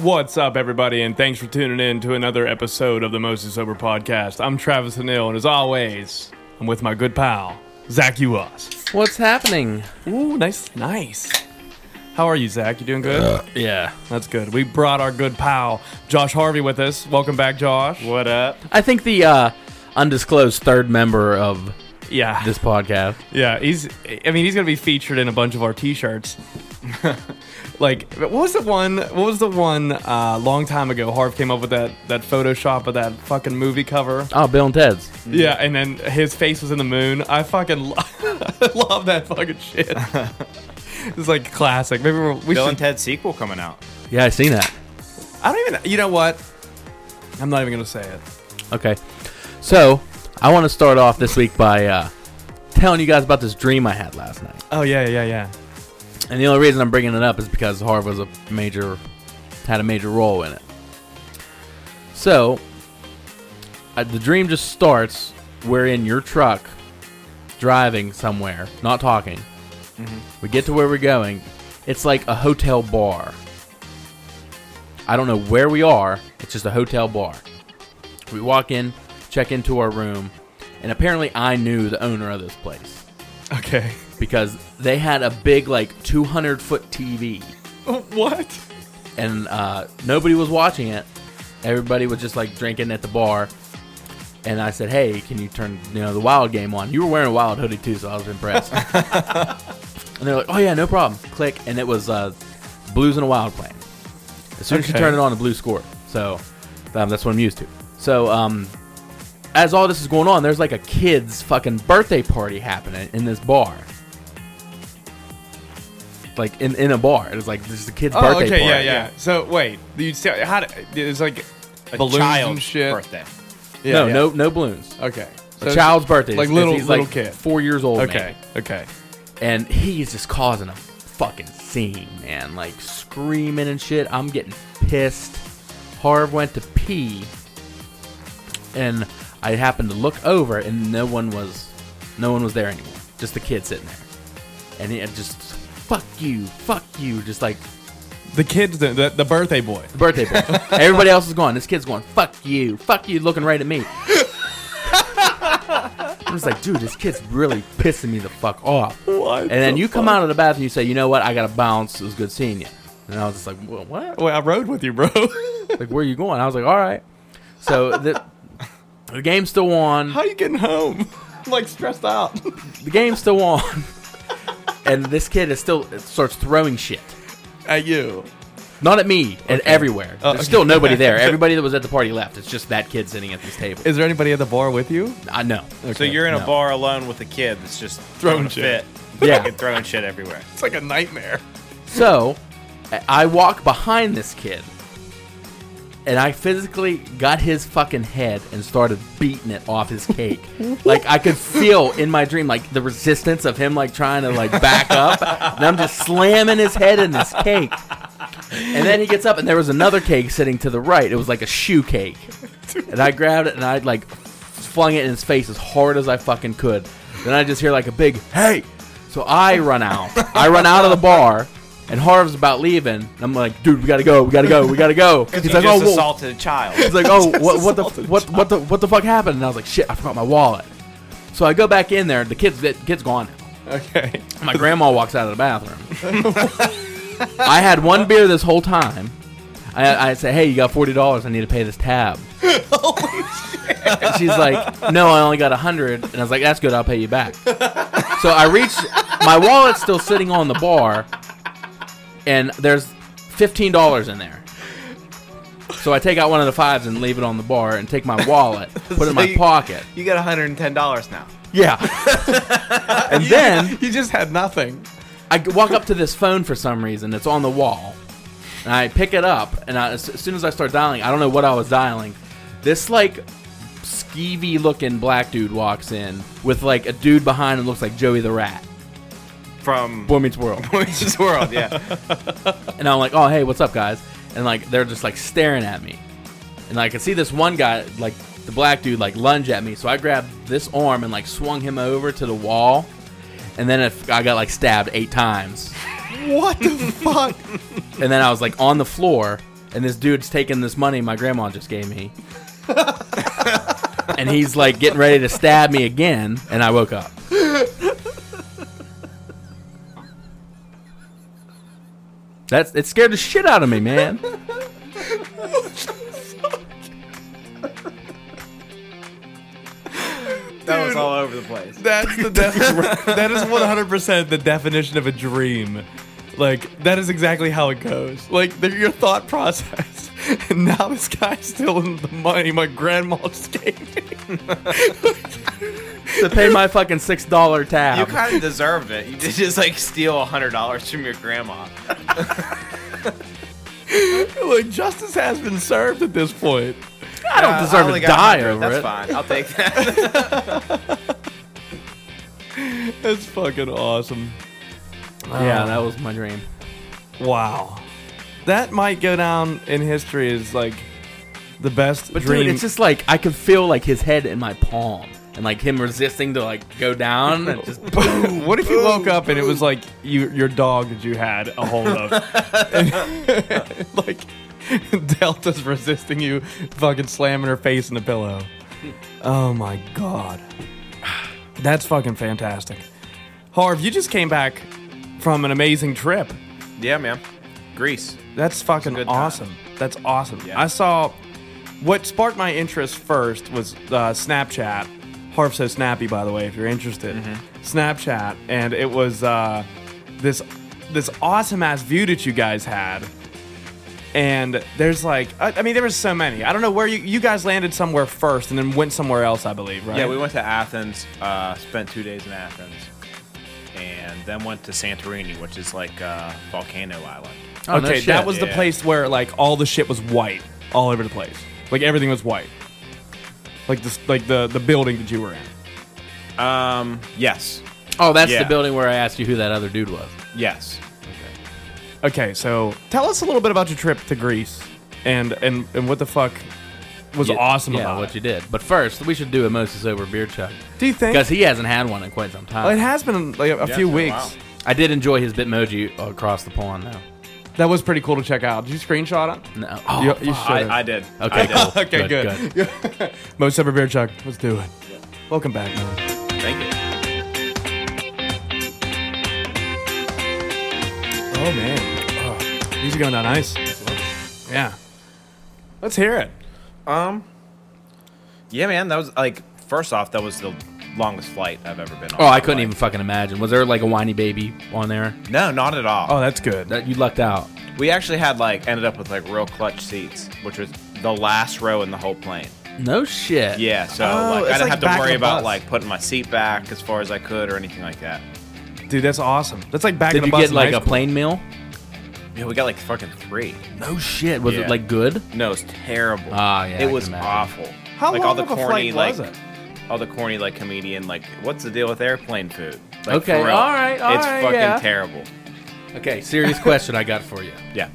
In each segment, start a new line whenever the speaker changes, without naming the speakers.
What's up, everybody, and thanks for tuning in to another episode of the Mostly Sober Podcast. I'm Travis Anil, and as always, I'm with my good pal, Zach Uwas.
What's happening?
Ooh, nice, nice. How are you, Zach? You doing good?
Yeah.
That's good. We brought our good pal, Josh Harvey, with us. Welcome back, Josh. What up?
I think the uh, undisclosed third member of
Yeah.
this podcast.
Yeah, he's. I mean, he's gonna be featured in a bunch of our T-shirts. like, what was the one? What was the one? Uh, long time ago, Harv came up with that that Photoshop of that fucking movie cover.
Oh, Bill and Ted's.
Yeah, and then his face was in the moon. I fucking lo- I love that fucking shit. it's like classic. Maybe we're, we
Bill and
should.
Ted sequel coming out.
Yeah, I seen that.
I don't even. You know what? I'm not even gonna say it.
Okay. So, I want to start off this week by uh, telling you guys about this dream I had last night.
Oh yeah, yeah, yeah.
And the only reason I'm bringing it up is because Harv was a major, had a major role in it. So, uh, the dream just starts. We're in your truck, driving somewhere, not talking. We get to where we're going. It's like a hotel bar. I don't know where we are. It's just a hotel bar. We walk in, check into our room, and apparently I knew the owner of this place
Okay.
because they had a big like 200 foot TV
what?
and uh, nobody was watching it. Everybody was just like drinking at the bar. And I said, "Hey, can you turn you know the Wild game on?" You were wearing a Wild hoodie too, so I was impressed. and they're like, "Oh yeah, no problem." Click, and it was uh, Blues and a Wild playing. As soon as you
Okay.
turn it on, the Blues score. So um, that's what I'm used to. So um, as all this is going on, there's like a kid's fucking birthday party happening in this bar. Like in, in a bar, it's like this is a kid's
Oh,
birthday
okay,
party.
yeah, yeah. So wait, you still how? do- It's like
A
balloons
child's
and shit.
birthday.
Yeah,
no,
yeah.
no, no balloons.
Okay.
a child's birthday,
like
It's-
little-
he's
little
like
kid.
four years old.
Okay.
man.
Okay.
and he is just causing a fucking scene, man. Like screaming and shit. I'm getting pissed. Harv went to pee, and I happened to look over, and no one was, no one was there anymore. Just the kid sitting there, and he had just fuck you, fuck you, just like
The kids, the, the, the birthday boy.
the birthday boy. Everybody else is gone. This kid's going, fuck you, fuck you, looking right at me. I'm just like, dude, this kid's really pissing me the fuck off.
What
And then
the
you come out of the bathroom, you say, you know what? I gotta bounce. It was good seeing you. And I was just like, "Wha- what?
Wait, I rode with you, bro.
Like, where are you going? I was like, all right. So the the game's still on.
How you getting home? I'm like stressed out.
The game's still on. And this kid is still starts throwing shit.
at you.
Not at me, at everywhere.
Oh,
There's still
okay.
nobody there. Everybody that was at the party left. It's just that kid sitting at this table.
Is there anybody at the bar with you?
I know.
Okay.
So you're in a
No.
bar alone with a kid that's just
Throwing
throwing, a
shit.
fit.
Yeah.
Fucking throwing shit everywhere.
It's like a nightmare.
So I- I walk behind this kid and I physically got his fucking head and started beating it off his cake. like I could feel in my dream like the resistance of him like trying to like back up and I'm just slamming his head in this cake. And then he gets up and there was another cake sitting to the right. It was like a shoe cake. And I grabbed it and I like flung it in his face as hard as I fucking could. Then I just hear like a big hey. So I run out. I run out of the bar. And Harv's about leaving. And I'm like, dude, we gotta go, we gotta go, we gotta go.
He
He's like, oh,
just
whoa,
assaulted a child.
He's like, oh, what, what the, what, what the, what the fuck happened? And I was like, shit, I forgot my wallet. So I go back in there. The kid's, the kid's gone. now.
Okay.
My grandma walks out of the bathroom. I had one beer this whole time. I, I say, hey, you got forty dollars? I need to pay this tab.
Oh,
And she's like, no, I only got a hundred. And I was like, that's good. I'll pay you back. So I reached, my wallet's still sitting on the bar, and there's fifteen dollars in there. So I take out one of the fives and leave it on the bar, and take my wallet, put it in
So
my
you-
pocket.
You got $110 now.
Yeah. and then
You just had nothing.
I g- walk up to this phone for some reason. It's on the wall, and I pick it up. And I, as as soon as I start dialing, I don't know what I was dialing, This like skeevy looking black dude walks in with like a dude behind him looks like Joey the Rat.
from
Boy Meets World.
Boy Meets World. Yeah,
and I'm like, oh hey, what's up, guys? And like they're just like staring at me, and I could see this one guy, like the black dude, like lunge at me. So I grabbed this arm and like swung him over to the wall, and then if I got like stabbed eight times,
What the fuck?
and then I was like on the floor, and this dude's taking this money my grandma just gave me, and he's like getting ready to stab me again, and I woke up. That's it scared the shit out of me, man.
that was all over the place.
That's the def- that is one hundred percent the definition of a dream. Like that is exactly how it goes. Like the, your thought process. And now this guy's stealing the money my grandma just gave me.
to pay my fucking six dollar tab.
You kind of deserved it. You did just like steal a hundred dollars from your grandma.
Like justice has been served at this point.
I don't
I
deserve
only
to
got
die
100.
over
That's
it.
fine. I'll take that.
That's fucking awesome. Um,
Yeah, that was my dream.
Wow. That might go down in history as like the best
But
dream.
dude, it's just like I could feel like his head in my palm, and like him resisting to like go down, and just
what if you woke up and it was like you, your dog that you had a hold of, And, like Delta's resisting you, fucking slamming her face in the pillow. Oh my god, that's fucking fantastic. Harv, you just came back from an amazing trip.
yeah, man. Greece.
That's fucking
good time.
awesome. That's awesome.
Yeah.
I saw what sparked my interest first was uh, Snapchat. Harf so snappy, by the way, if you're interested.
Mm-hmm.
Snapchat, and it was uh, this this awesome ass view that you guys had. And there's like, I, I mean, there was so many. I don't know where you, you guys landed somewhere first, and then went somewhere else, I believe, right?
Yeah, we went to Athens. Uh, spent two days in Athens, and then went to Santorini, which is like a volcano island.
Oh, no
okay,
shit.
that was the
Yeah.
place where like all the shit was white, all over the place. Like everything was white. Like this, like the the building that you were in.
Um, yes,
oh, that's
Yeah.
the building where I asked you who that other dude was.
yes.
Okay, so tell us a little bit about your trip to Greece and and and what the fuck was awesome
yeah,
about
what
it.
you did. But first, we should do a Moses over beer chug
Do you think?
because he hasn't had one in quite some
Well, it
time.
has been like a, a
Yeah,
few
it's been a
weeks.
while.
I did enjoy his Bitmoji across the pond though.
That was pretty cool to check out. Did you screenshot it?
No, oh,
You- you
fuck.
should.
I, I did. I
Okay,
did.
cool.
Okay, good. Most ever beer chuck. Let's do it. Welcome back, man.
Thank you.
Oh man, oh, these are going down nice. Yeah, let's hear it.
Yeah, man. That was like first off, that was the longest flight I've ever been on.
Oh, I couldn't
Like,
even fucking imagine. Was there like a whiny baby on there?
No, not at all.
Oh, that's good.
That you lucked out.
We actually had like ended up with like real clutch seats, which was the last row in the whole plane.
No shit.
Yeah, so
Oh,
like I
it's
didn't
like
have to
back of
worry
the
about
bus.
like putting my seat back as far as I could or anything like that.
Dude, that's awesome. That's like back in
Did
the
you
bus
get
in
like
high
a
school.
plain meal?
Yeah, we got like fucking three.
No shit. Was
Yeah.
it like good?
No, it's terrible.
Ah, yeah, I
it
can
was
imagine.
awful.
How
like
long
all the
of a
corny
flight was
like
it?
all the corny like comedian like what's the deal with airplane food? Like,
Okay,
for real.
all right, all
it's
right,
fucking
yeah.
terrible.
Okay, serious question I got for you.
Yeah,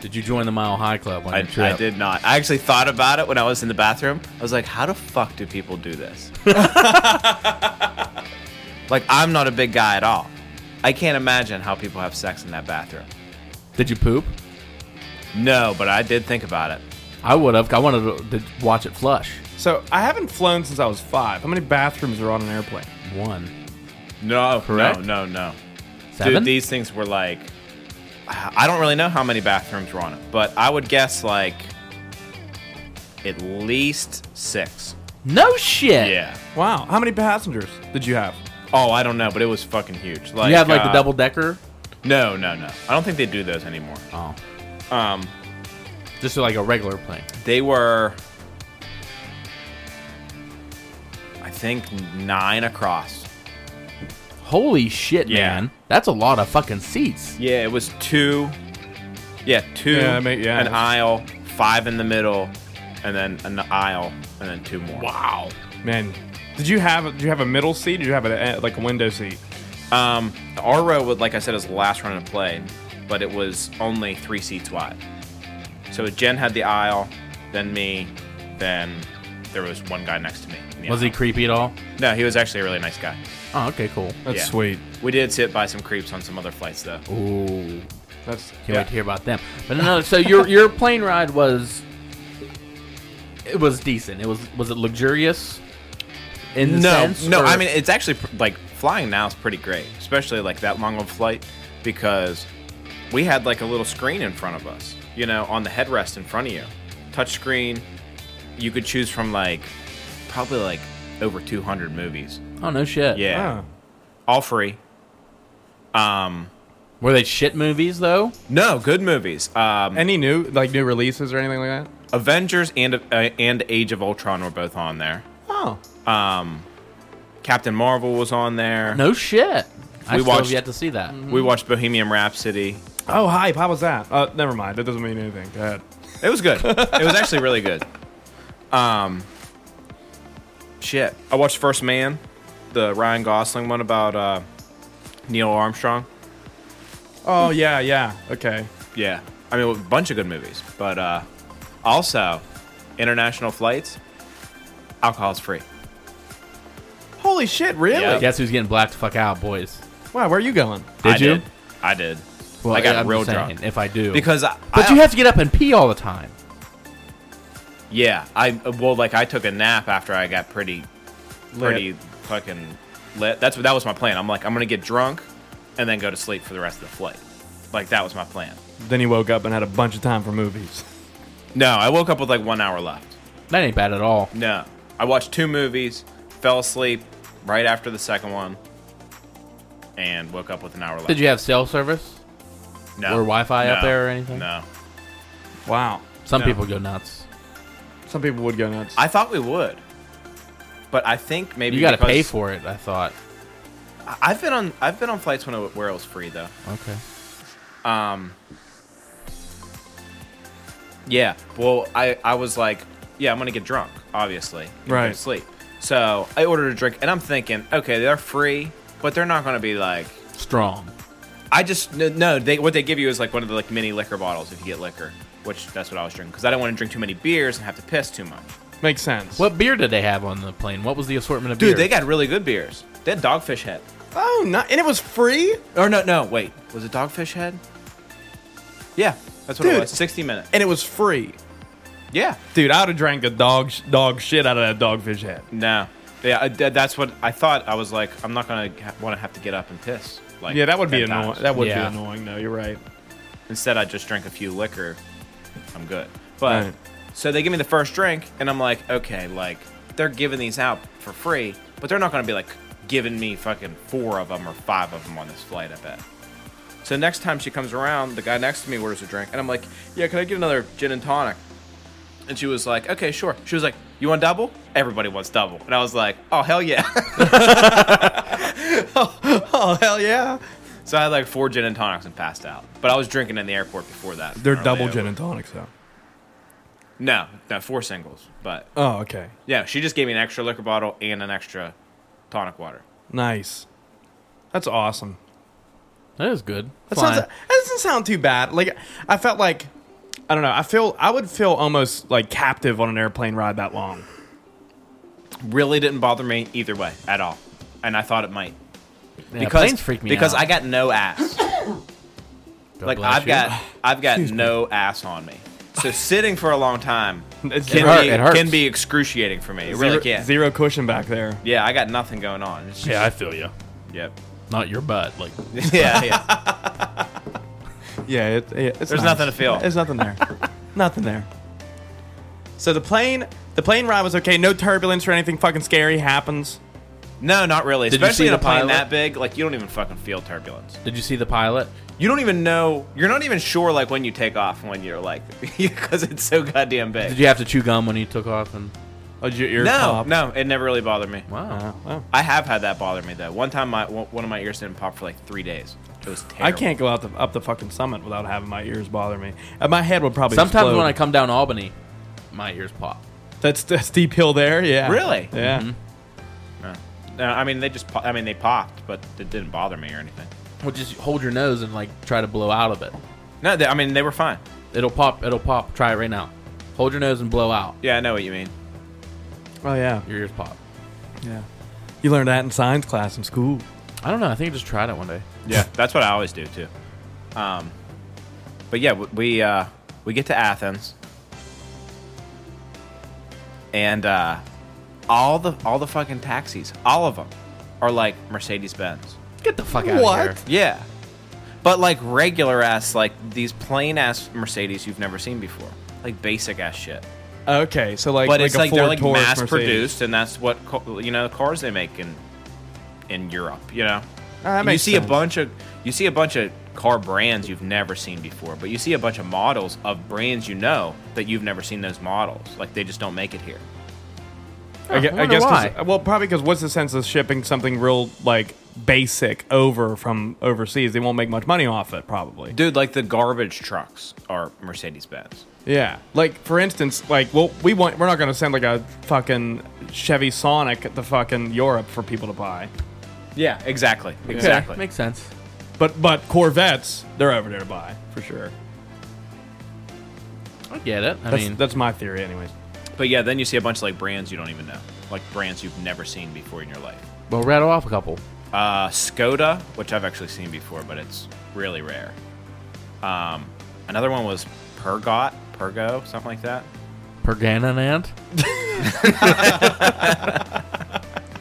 Did you join the Mile High Club on
I,
your trip?
I did not. I actually thought about it when I was in the bathroom. I was like, how the fuck do people do this? like I'm not a big guy at all. I can't imagine how people have sex in that bathroom.
Did you poop?
No, but I did think about it.
I would have. I wanted to, to watch it flush.
So I haven't flown since I was five. How many bathrooms are on an airplane?
One,
No,
Correct?
No, no, no.
seven.
Dude, these things were like, I don't really know how many bathrooms were on it, but I would guess like at least six.
no shit.
Yeah.
Wow. How many passengers did you have?
Oh, I don't know, but it was fucking huge. Like,
you have like
uh,
the double decker.
No, no, no. I don't think they do those anymore.
Oh,
Um,
just like a regular plane.
they were, I think nine across.
Holy shit,
Yeah.
man! That's a lot of fucking seats.
Yeah, it was two. Yeah, two.
Yeah, I mean, yeah.
An aisle, five in the middle, and then an aisle, and then two more.
Wow, man. Did you have did you have a middle seat? Did you have a, eh, like a window seat?
Um, our row, would, like I said, was the last run of the play, but it was only three seats wide. So Jen had the aisle, then me, then there was one guy next to me. in the
Was he
aisle.
creepy at all?
No, he was actually a really nice guy.
Oh, okay, cool.
That's
Yeah.
sweet.
We did sit by some creeps on some other flights though.
Ooh.
That's
Can't wait to hear about them. But no, so your your plane ride was it was decent. It was was it luxurious? In the
no,
sense,
no.
or-
I mean, it's actually pr- like flying now is pretty great, especially like that long of a flight, because we had like a little screen in front of us, you know, on the headrest in front of you, touch screen. You could choose from like probably like over 200 movies.
oh no shit.
Yeah,
Huh.
all free. Um,
Were they shit movies though?
no, good movies. Um,
Any new like new releases or anything like that?
Avengers and uh, and Age of Ultron were both on there.
Oh,
Captain Marvel was on there.
No shit. I
We
still have
watched- Mm-hmm.
yet to see that.
We watched Bohemian Rhapsody.
oh, hype. How was that? Uh, never mind. That doesn't mean anything. Go ahead.
It was good. it was actually really good. Um, shit. I watched First Man, the Ryan Gosling one about uh, Neil Armstrong.
Oh yeah, yeah. Okay.
Yeah, I mean a bunch of good movies, but uh, also international flights, alcohol's free.
Holy shit! Really?
Yeah.
Guess who's getting blacked the fuck out, boys?
Wow. Where are you going?
Did
I
you?
Did. I did
Well,
I got
I'm
real
just saying,
drunk.
If I do,
because I,
but
I-
you have to get up and pee all the time.
yeah. I well like I took a nap after I got pretty pretty fucking lit. That's what that was my plan. I'm like, I'm gonna get drunk and then go to sleep for the rest of the flight. Like that was my plan.
Then he woke up and had a bunch of time for movies.
No, I woke up with like one hour left.
That ain't bad at all.
No, I watched two movies, fell asleep right after the second one, and woke up with an hour left.
Did you have cell service?
no.
or Wi-Fi up
No.
there or anything?
No,
Wow.
Some
No.
people go nuts.
Some people would go nuts.
I thought we would, but I think maybe
You got to
because-
pay for it. I thought.
I- I've been on I've been on flights when it, where it was free though. Um,
Okay.
Yeah. Well, I, I was like, yeah, I'm gonna get drunk, obviously. and go to
Right.
Sleep. So I ordered a drink, and I'm thinking, okay, they're free, but they're not gonna be like.
Strong.
I just no, no they what they give you is like one of the like mini liquor bottles if you get liquor, which that's what I was drinking because I don't want to drink too many beers and have to piss too much.
Makes sense.
What beer did they have on the plane? What was the assortment of
Dude,
beer?
they got really good beers. They had Dogfish Head.
Oh, not and it was free.
Or no, no, wait, was it Dogfish Head? Yeah, that's what it
Dude.
was. Sixty minutes.
And it was free.
Yeah.
Dude, I would have drank a dog sh- dog shit out of that dogfish head.
No. Yeah, I, that- that's what I thought. I was like, I'm not gonna ha- want to have to get up and piss. Like,
Yeah, that would be
10 times.
annoying. That would
Yeah.
be annoying. though. you're right.
Instead, I just drank a few liquor. I'm good. But
Right.
so they give me the first drink, and I'm like, okay, like they're giving these out for free, but they're not going to be like giving me fucking four of them or five of them on this flight. I bet. So next time she comes around, the guy next to me orders a drink, and I'm like, yeah, can I get another gin and tonic? And she was like, okay, sure. She was like, you want double? Everybody wants double. And I was like, oh hell yeah.
Oh hell yeah!
so I had like four gin and tonics and passed out. But I was drinking in the airport before that.
They're
Early
double
over.
gin and tonics though.
No, no, four singles. But
Oh okay,
yeah, she just gave me an extra liquor bottle and an extra tonic water.
nice. That's awesome.
that is good.
That
Fine.
sounds. That doesn't sound too bad. Like I felt like I don't know. I feel I would feel almost like captive on an airplane ride that long.
Really didn't bother me either way at all, and I thought it might
Yeah,
because
planes freak me
because
out.
I got no ass.
God
like
bless
I've
you.
got I've got no ass on me. So sitting for a long time
It's
can
hurt-
be
it hurts.
can be excruciating for me. It
zero,
really can.
zero cushion back there.
Yeah, I got nothing going on. It's just-
Yeah, I feel you.
Yep.
Not your butt. Like
yeah, yeah.
Yeah, it, yeah it's
There's
nice.
nothing to feel.
There's nothing there. nothing there. So the plane, the plane ride was okay. No turbulence or anything fucking scary happens.
No, not really.
Did you
Especially
see
in a
the
plane
pilot?
that big, like you don't even fucking feel turbulence.
Did you see the pilot?
you don't even know you're not even sure like when you take off and when you're like because it's so goddamn big
Did you have to chew gum when you took off? And
Oh, did your ear
no
pop?
no it never really bothered me
wow,
Oh, wow.
i have had that bother me though one time my one one of my ears didn't pop for like three days it was terrible
I can't go out the, up the fucking summit without having my ears bother me. And my head would probably.
sometimes
explode.
when I come down Albany, my ears pop.
That's that's Deep Hill there. Yeah.
Really?
Yeah.
Uh, No, I mean they just. Po- I mean they popped, but it didn't bother me or anything.
Well, just hold your nose and like try to blow out of it.
No, they, I mean they were fine.
It'll pop. It'll pop. Try it right now. Hold your nose and blow out.
Yeah, I know what you mean.
Oh yeah.
Your ears pop.
Yeah. You learned that in science class in school.
I don't know. I think I just tried it one day.
Yeah, that's what I always do too. Um, but yeah, w- we uh, we get to Athens, and uh, all the all the fucking taxis, all of them, are like Mercedes Benz.
Get the fuck out
What?
of here.
Yeah, but like regular ass, like these plain ass Mercedes you've never seen before, like basic ass shit.
Okay, so like,
but
like
it's
a
like
Ford
they're like
Taurus
mass
Mercedes.
produced, and that's what co- you know the cars they make in in Europe. You know,
Ah, that
And you
makes
see a
sense.
bunch of you see a bunch of car brands you've never seen before, but you see a bunch of models of brands you know that you've never seen those models. Like they just don't make it here.
I, gue-
I
I
wonder
guess. 'cause-
why.
well, probably because what's the sense of shipping something real like basic over from overseas? They won't make much money off it, probably.
Dude, like the garbage trucks are Mercedes Benz.
Yeah, like for instance, like well, we want we're not going to send like a fucking Chevy Sonic to fucking Europe for people to buy,
Yeah, exactly,
Okay,
exactly.
Makes sense.
but but Corvettes they're over there to buy for sure.
I get it. I
That's
mean,
that's my theory, anyways.
But yeah, then you see a bunch of like brands you don't even know, like brands you've never seen before in your life.
well, rattle off a couple.
Uh, Skoda, which I've actually seen before, but it's really rare. Um, another one was Pergot, Pergo, something like that.
Pergananand.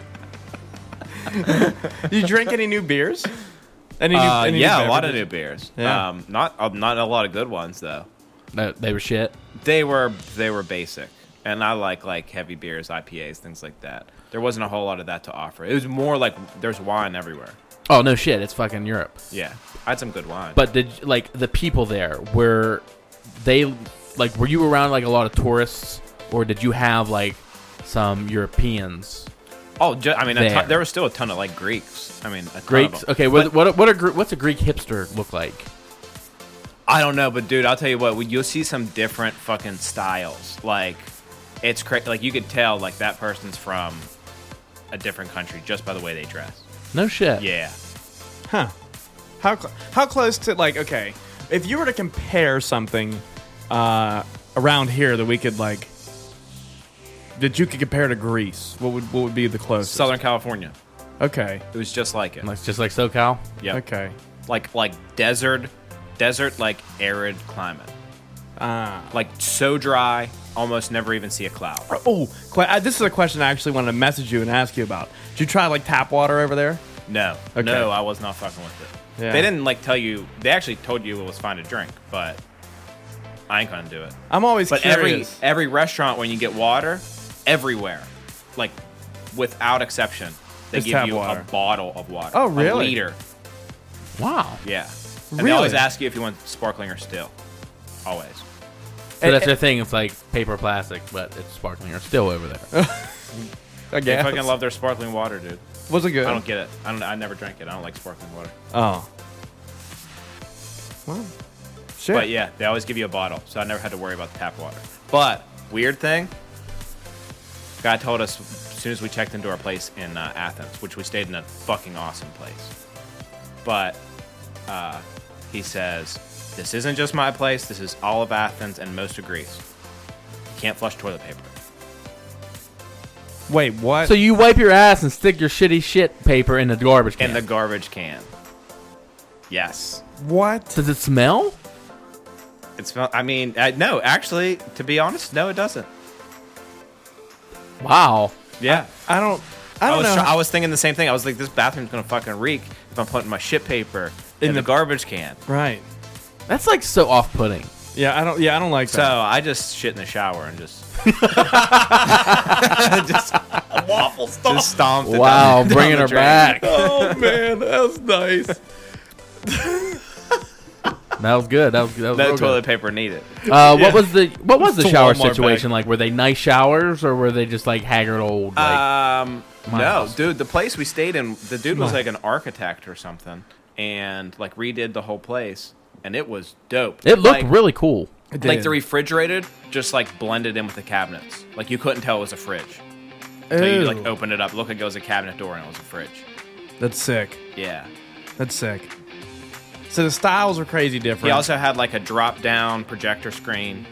Did you drink any new beers? Any new,
Uh,
any new
yeah, a lot of
beverages?
new beers.
Yeah.
Um, not uh, not a lot of good ones though.
No, they were shit.
They were they were basic, and I like like heavy beers, IPAs, things like that. There wasn't a whole lot of that to offer. It was more like there's wine everywhere.
Oh no, shit. It's fucking Europe.
Yeah, I had some good wine.
But did like the people there were they like were you around like a lot of tourists or did you have like some Europeans?
oh, ju- I mean, a
There.
ton, there was still a ton of like Greeks. I mean, a ton of
Greeks.
them.
Okay, what what what are Gre- what's a Greek hipster look like?
I don't know, but dude, I'll tell you what, we- you'll see some different fucking styles. Like, it's crazy. Like you could tell like that person's from a different country just by the way they dress.
No shit.
Yeah.
Huh. How cl- how close to like okay, if you were to compare something uh, around here that we could like that you could compare to Greece, what would what would be the closest?
Southern California.
Okay.
It was just like it.
Like just like SoCal.
Yeah.
Okay.
Like like desert, desert like arid climate.
Ah.
Like so dry, almost never even see a cloud.
Oh, que- uh, this is a question I actually wanted to message you and ask you about. Did you try like tap water over there?
No,
Okay.
no, I was not fucking with it.
Yeah.
They didn't like tell you. They actually told you it was fine to drink, but I ain't gonna do it.
I'm always
But every e-
curious.
every restaurant when you get water, everywhere, like without exception, they
It's
give
tap
you
water.
a bottle of water.
Oh, really?
A liter.
Wow.
Yeah. And they always
Really?
ask you if you want sparkling or still. Always.
So that's their thing. It's like paper plastic, but it's sparkling or still over there.
I
They
guess.
fucking love their sparkling water, dude.
Was it good?
I don't get it. I don't. I never drank it. I don't like sparkling water.
Oh. Well. Sure.
But yeah, they always give you a bottle, so I never had to worry about the tap water. But weird thing, guy told us as soon as we checked into our place in uh, Athens, which we stayed in a fucking awesome place. But uh, he says this isn't just my place. This is all of Athens and most of Greece. You can't flush toilet paper.
Wait, what?
Oh, so you wipe your ass and stick your shitty shit paper in the garbage can.
In the garbage can. Yes.
what?
Does it smell?
It smells. I mean, uh, no. Actually, to be honest, no, it doesn't.
Wow.
Yeah.
I don't. Oh, I don't
was,
know.
tr- I was thinking the same thing. I was like, this bathroom's gonna fucking reek if I'm putting my shit paper in,
In
the,
the-
garbage can.
right.
That's like so off-putting.
Yeah, I don't. Yeah, I don't like
So
that.
I just shit in the shower and just just waffle stomp. Just stomped. it
Wow,
down the- down
bringing
the
her back.
drain.
oh man, that's nice.
That was good. That was, that was
No
real
toilet
good.
paper needed.
Uh, What was the what was the
It's a
shower
Walmart bag.
situation like? Were they nice showers or were they just like haggard old? Like,
Um,
my
no,
house.
dude, the place we stayed in, the dude was
My-
like an architect or something, and like redid the whole place. and it was dope.
It looked
Like-
really cool.
like
did.
the refrigerated, just like blended in with the cabinets. Like you couldn't tell it was a fridge until you like
Oh,
opened it up. Look, it was a cabinet door and it was a fridge.
that's sick.
Yeah.
That's sick. So the styles are crazy
He
different.
also had like a drop down projector screen.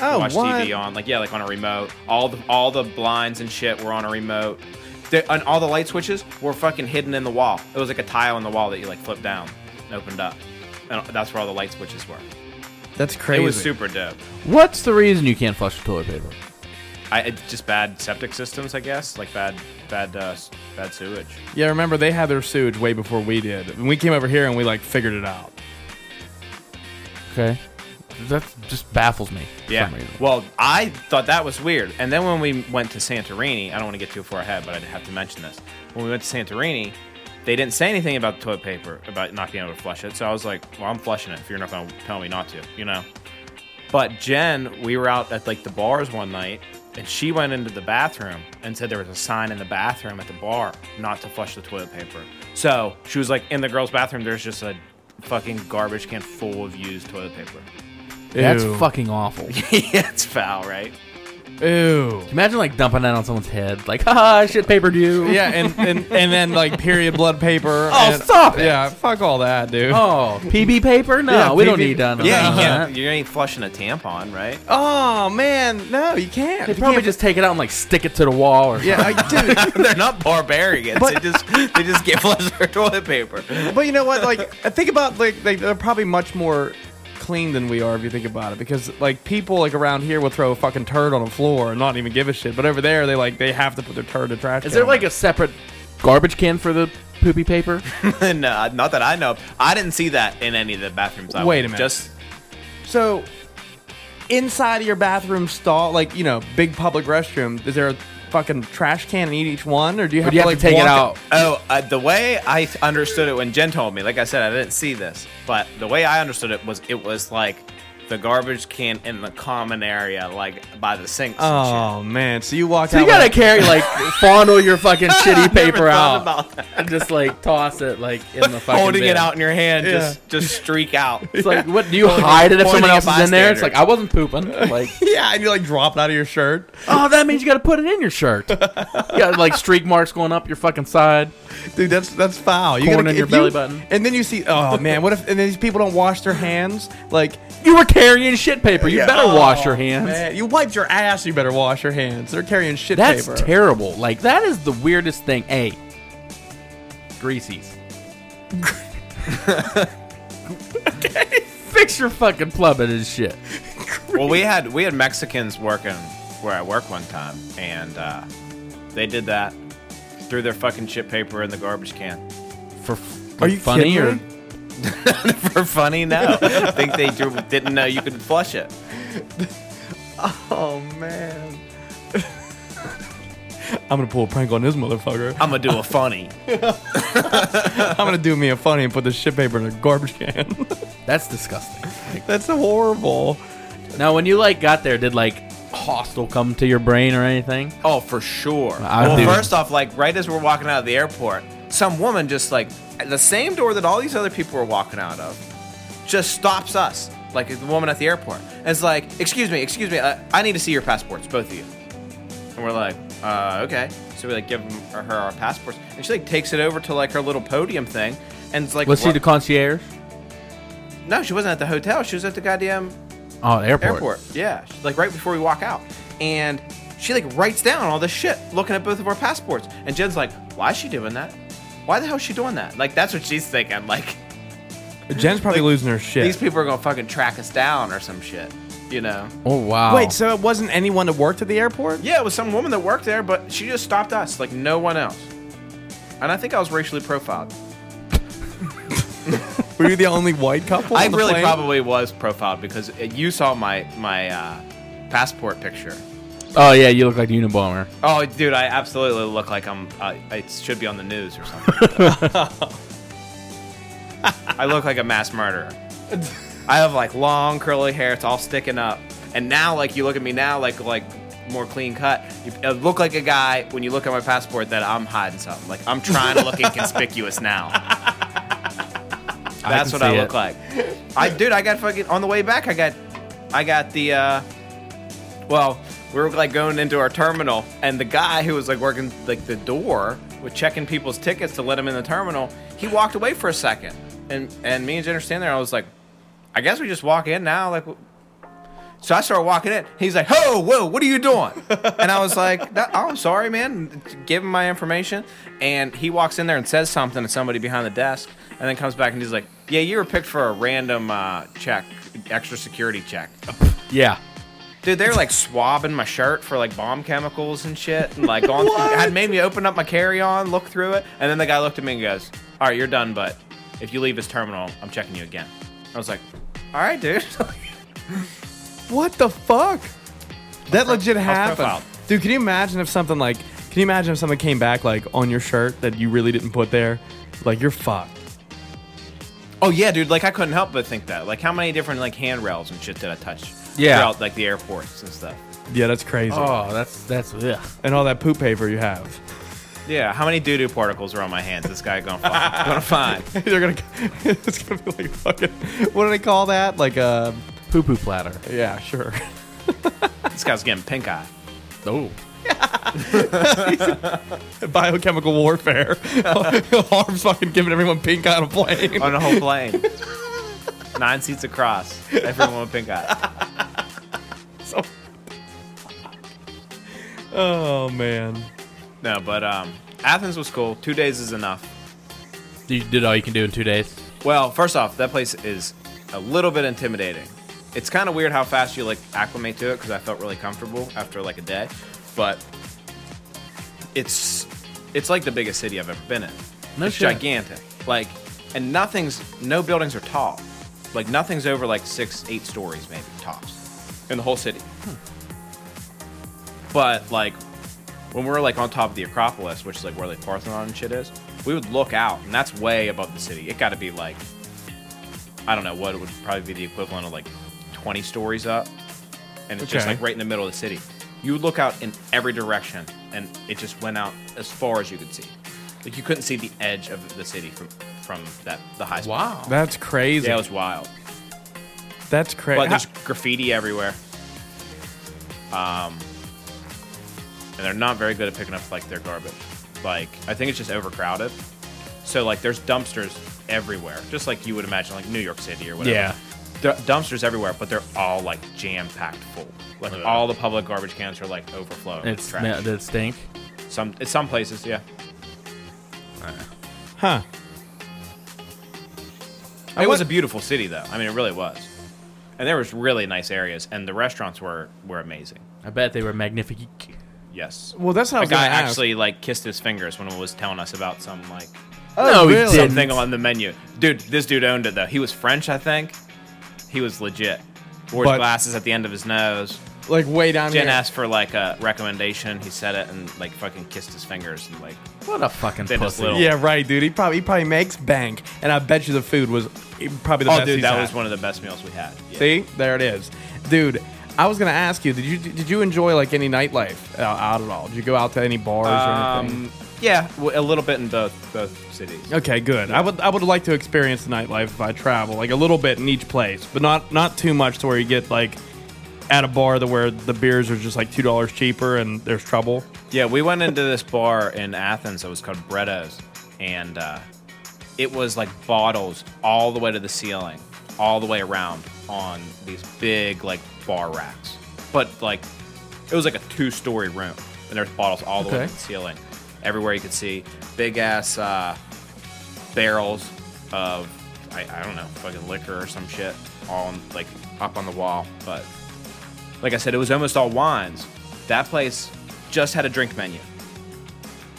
oh,
watch
what?
TV on, like yeah, like on a remote. All the all the blinds and shit were on a remote. The, and all the light switches were fucking hidden in the wall. It was like a tile in the wall that you like flipped down and opened up. And that's where all the light switches were.
That's crazy.
It was super dope.
What's the reason you can't flush the toilet paper?
I it's just bad septic systems, I guess, like bad bad uh, s- bad sewage.
Yeah, remember they had their sewage way before we did. And we came over here and we like figured it out.
Okay, that just baffles me. for
Yeah.
some reason.
Well, I thought that was weird. And then when we went to Santorini, I don't want to get too far ahead, but I have to mention this. When we went to Santorini, they didn't say anything about the toilet paper, about not being able to flush it. So I was like, well, I'm flushing it if you're not going to tell me not to, you know? But Jen, we were out at like the bars one night, and she went into the bathroom and said there was a sign in the bathroom at the bar not to flush the toilet paper. So she was like, in the girls' bathroom, there's just a fucking garbage can full of used toilet paper.
That's
Ew.
fucking awful.
yeah, it's foul, right?
Ew.
Imagine like dumping that on someone's head, like, haha, I shit papered you.
Yeah, and, and, and then like period blood paper.
Oh,
and-
stop it.
Yeah, fuck all that, dude.
Oh, PB paper? No,
Yeah,
we don't
PB
need that.
Yeah, you
Uh-huh.
can't. You ain't flushing a tampon, right?
Oh, man, no, you can't.
They
You
probably
can't-
just take it out and like stick it to the wall or
yeah, I, dude.
They're not barbarians. they just they just get flushed their toilet paper.
But you know what? Like, I think about like they, they're probably much more clean than we are if you think about it, because like people like around here will throw a fucking turd on the floor and not even give a shit. But over there, they like they have to put their turd in the trash.
Is there like a separate garbage can for the poopy paper?
no, uh, not that I know. of. I didn't see that in any of the bathrooms. I
Wait a
went.
minute.
Just
so inside of your bathroom stall, like you know, big public restroom? Is there a fucking trash can in each one, or do you have,
do you
to,
have
like,
to take it
walk
out?
oh, uh, the way I understood it when Jen told me, like I said, I didn't see this, but the way I understood it was it was like the garbage can in the common area, like by the sinks. and
Oh man! So you walk
So
out.
you gotta carry like fondle your fucking shitty
shit. Never
paper
thought
out
about that.
and just like toss it like in the fucking
holding
bin.
it out in your hand,
Yeah.
just just streak out.
It's like what do you hide it if someone
Pointing
else
at
is in there? It's
bystanders.
like I wasn't pooping. Like
yeah, and you like drop it out of your shirt.
oh that means you gotta put it in your shirt. You got like streak marks going up your fucking side.
Dude, that's that's foul. You
Corn
gotta-
on your
if
belly
you-
button.
And then you see, oh man, what if? And then these people don't wash their hands. Like,
You were carrying shit paper. You better wash your
oh,
hands.
man, you wiped your ass. You better wash your hands. They're carrying shit
That's
paper.
terrible. Like that is the weirdest thing. A greasies. Fix your fucking plumbing and shit.
well, we had we had Mexicans working where I work one time, and uh, they did that. Threw their fucking shit paper in the garbage can.
For f-
Are you
funny
kidding
or
me?
For funny, no. I think they drew, didn't know you could flush it.
Oh man. I'm gonna pull a prank on this motherfucker.
I'm gonna do a funny.
I'm gonna do me a funny and put the shit paper in a garbage can.
that's disgusting.
that's horrible.
Now, when you like got there, did like hostile come to your brain or anything?
Oh, for sure.
I
well,
do.
first off, like right as we're walking out of the airport, some woman just like at the same door that all these other people were walking out of, just stops us. Like the woman at the airport, and it's like, "Excuse me, excuse me, uh, I, I need to see your passports, both of you." And we're like, uh, "Okay." So we like give 'em- her our passports, and she like takes it over to like her little podium thing, and it's like,
Was she
"What?"
the concierge?
No, she wasn't at the hotel. She was at the goddamn
Oh, the airport.
airport. Yeah, she's, like right before we walk out, and she like writes down all this shit, looking at both of our passports. And Jen's like, "Why is she doing that? Why the hell is she doing that? Like that's what she's thinking. Like
Jen's probably losing her shit.
these people are gonna fucking track us down or some shit, you know?"
Oh wow.
Wait, so it wasn't anyone that worked at the airport?
Yeah, it was some woman that worked there, but she just stopped us, like no one else. And I think I was racially profiled.
Were you the only white couple?
I
on the
really
plane?
probably was profiled because uh, you saw my my uh, passport picture.
oh yeah, you look like the Unabomber.
Oh, dude, I absolutely look like I'm. Uh, I should be on the news or something. I look like a mass murderer. I have like long curly hair; it's all sticking up. And now, like you look at me now, like like more clean cut. You I look like a guy when you look at my passport that I'm hiding something. Like I'm trying to look inconspicuous now. That's
can
what I
see
look
it.
like. I dude, I got fucking on the way back. I got, I got the. uh Well, we were like going into our terminal, and the guy who was like working like the door was checking people's tickets to let them in the terminal. He walked away for a second, and and me and Jenner stand there. And I was like, I guess we just walk in now, like. So I started walking in. He's like, "Ho, whoa, what are you doing?" And I was like, "No, "I'm sorry, man." Give him my information, and he walks in there and says something to somebody behind the desk, and then comes back and he's like, "Yeah, you were picked for a random uh, check, extra security check."
Yeah.
Dude, they're like swabbing my shirt for like bomb chemicals and shit, and like on had made me open up my carry-on, look through it, and then the guy looked at me and goes, "All right, you're done, but if you leave this terminal, I'm checking you again." I was like, "All right, dude."
What the fuck? That legit
profiled.
happened. Dude, can you imagine if something like can you imagine if something came back like on your shirt that you really didn't put there? Like you're fucked.
Oh yeah, dude. Like I couldn't help but think that. Like how many different like handrails and shit did I touch?
Yeah.
Throughout like the airports and stuff.
Yeah, that's crazy.
Oh, that's that's ugh.
And all that poop paper you have.
Yeah. How many doo doo particles are on my hands? This guy gonna find. gonna find.
They're gonna it's gonna be like fucking what do they call that? Like uh
poo poo platter.
yeah, sure.
This guy's getting pink eye.
Oh.
Biochemical warfare. Harv's fucking giving everyone pink eye on a plane.
On a whole plane. Nine seats across. Everyone with pink eye.
So- oh man.
No, but um, Athens was cool. Two days is enough.
You did all you can do in two days.
Well, first off, that place is a little bit intimidating. It's kind of weird how fast you like acclimate to it because I felt really comfortable after like a day, but it's it's like the biggest city I've ever been in.
No
it's
shit.
gigantic. Like, and nothing's no buildings are tall. Like nothing's over like six, eight stories maybe tops in the whole city.
Hmm.
But like when we were like on top of the Acropolis, which is like where like Parthenon and shit is, we would look out, and that's way above the city. It got to be like, I don't know what it would probably be the equivalent of like 20 stories up, and it's just
Okay.
like right in the middle of the city. You would look out in every direction, and it just went out as far as you could see. Like you couldn't see the edge of the city from from that the high spot.
Wow.
That's crazy.
Yeah, it was wild.
That's crazy.
But there's graffiti everywhere. Um, and they're not very good at picking up like their garbage. Like I think it's just overcrowded. So like there's dumpsters everywhere, just like you would imagine, like New York City or whatever.
Yeah.
There are dumpsters everywhere, but they're all like jam packed full. Like all the public garbage cans are like overflowing with
It's
trash.
ma- did it stink?
Some in some places, yeah.
huh.
It was a beautiful city though. I mean, it really was. And there was really nice areas, and the restaurants were were amazing.
I bet they were magnificent.
Yes.
Well, that's not
A
what I
guy
was gonna ask.
actually like kissed his fingers when he was telling us about some like
no,
really?
he
something
didn't.
on the menu. Dude, this dude owned it though. He was French, I think. He was legit. Wore his
But-
glasses at the end of his nose.
like way down
Jen
here.
asked for like a recommendation. He said it and like fucking kissed his fingers and like
What a fucking
Then his
pussy.
little-
Yeah, right, dude. He probably he probably makes bank, and I bet you the food was probably the
oh,
best.
dude,
he's
that
had.
was one of the best meals we had. Yeah.
See, there it is, dude. I was gonna ask you, did you did you enjoy like any nightlife uh, out at all? Did you go out to any bars or anything?
Um, yeah, w- a little bit in both both cities.
Okay, good. I would I would like to experience the nightlife if I travel, like a little bit in each place, but not not too much to where you get like at a bar to where the beers are just like two dollars cheaper and there's trouble.
Yeah, we went into this bar in Athens that was called Bretto's, and uh, it was like bottles all the way to the ceiling, all the way around on these big like bar racks. But like, it was like a two-story room, and there's bottles all the way
Okay.
to the ceiling, everywhere you could see big ass uh, barrels of I, I don't know fucking liquor or some shit, all on, like up on the wall, but like I said, it was almost all wines. That place just had a drink menu.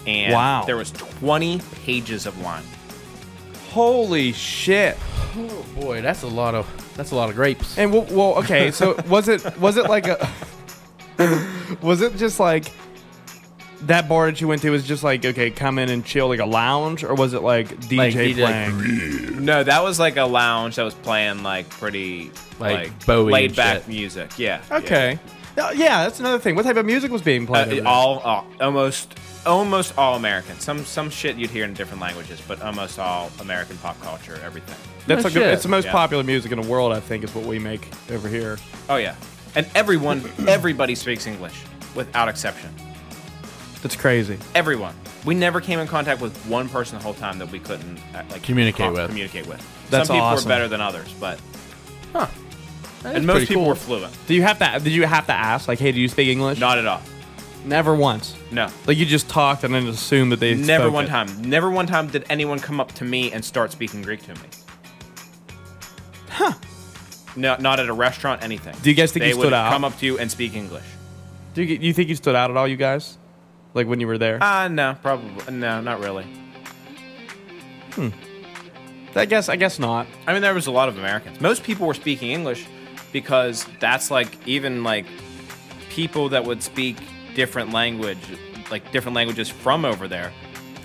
And
Wow.
there was 20 pages of wine.
Holy shit!
Oh boy, that's a lot of that's a lot of grapes.
And well, well okay. So was it was it like a was it just like that bar that you went to was just like okay, come in and chill like a lounge, or was it like DJ
Like, DJ
playing?
No, that was like a lounge that was playing like pretty
Like
like,
Bowie and
laid back
shit.
music. Yeah. yeah.
okay. Yeah. yeah, that's another thing. What type of music was being
Uh,
played? over
it
there?
all uh, almost almost all American. Some some shit you'd hear in different languages, but almost all American pop culture, everything.
That's
No
like
shit.
it's the most
Yeah.
popular music in the world. I think is what we make over here.
Oh yeah, and everyone, everybody speaks English without exception.
That's crazy.
Everyone. We never came in contact with one person the whole time that we couldn't uh, like
Communicate with.
Communicate with.
That's
Some people
awesome.
were better than others, but
Huh.
and most
pretty
people
cool.
were fluent.
Do you have to? Did you have to ask like, hey, do you speak English?
Not at all.
never once.
No.
Like you just talked and then assumed that they
Never
spoke
one
it.
time. Never one time did anyone come up to me and start speaking Greek to me. Huh. No, not at a restaurant, anything.
Do you guys think
they
you stood
would
out?
come up to you and speak English?
Do you, you think you stood out at all, you guys? Like when you were there?
Uh, no, probably. No, not really.
I guess. I guess not.
I mean, there was a lot of Americans. Most people were speaking English because that's like even like people that would speak different language, like different languages from over there.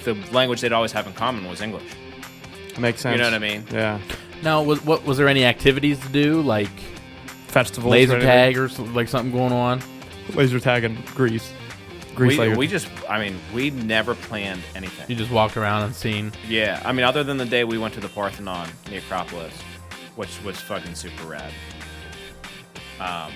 The language they'd always have in common was English.
Makes sense.
You know what I mean?
Yeah.
Now, was what was there any activities to do like
Festivals. or
laser
anything.
tag or some- like something going on?
Laser tag in Greece. Greece.
We,
laser.
we just, I mean, we never planned anything.
You just walked around and seen.
Yeah, I mean, other than the day we went to the Parthenon, the Acropolis, which was fucking super rad. Um,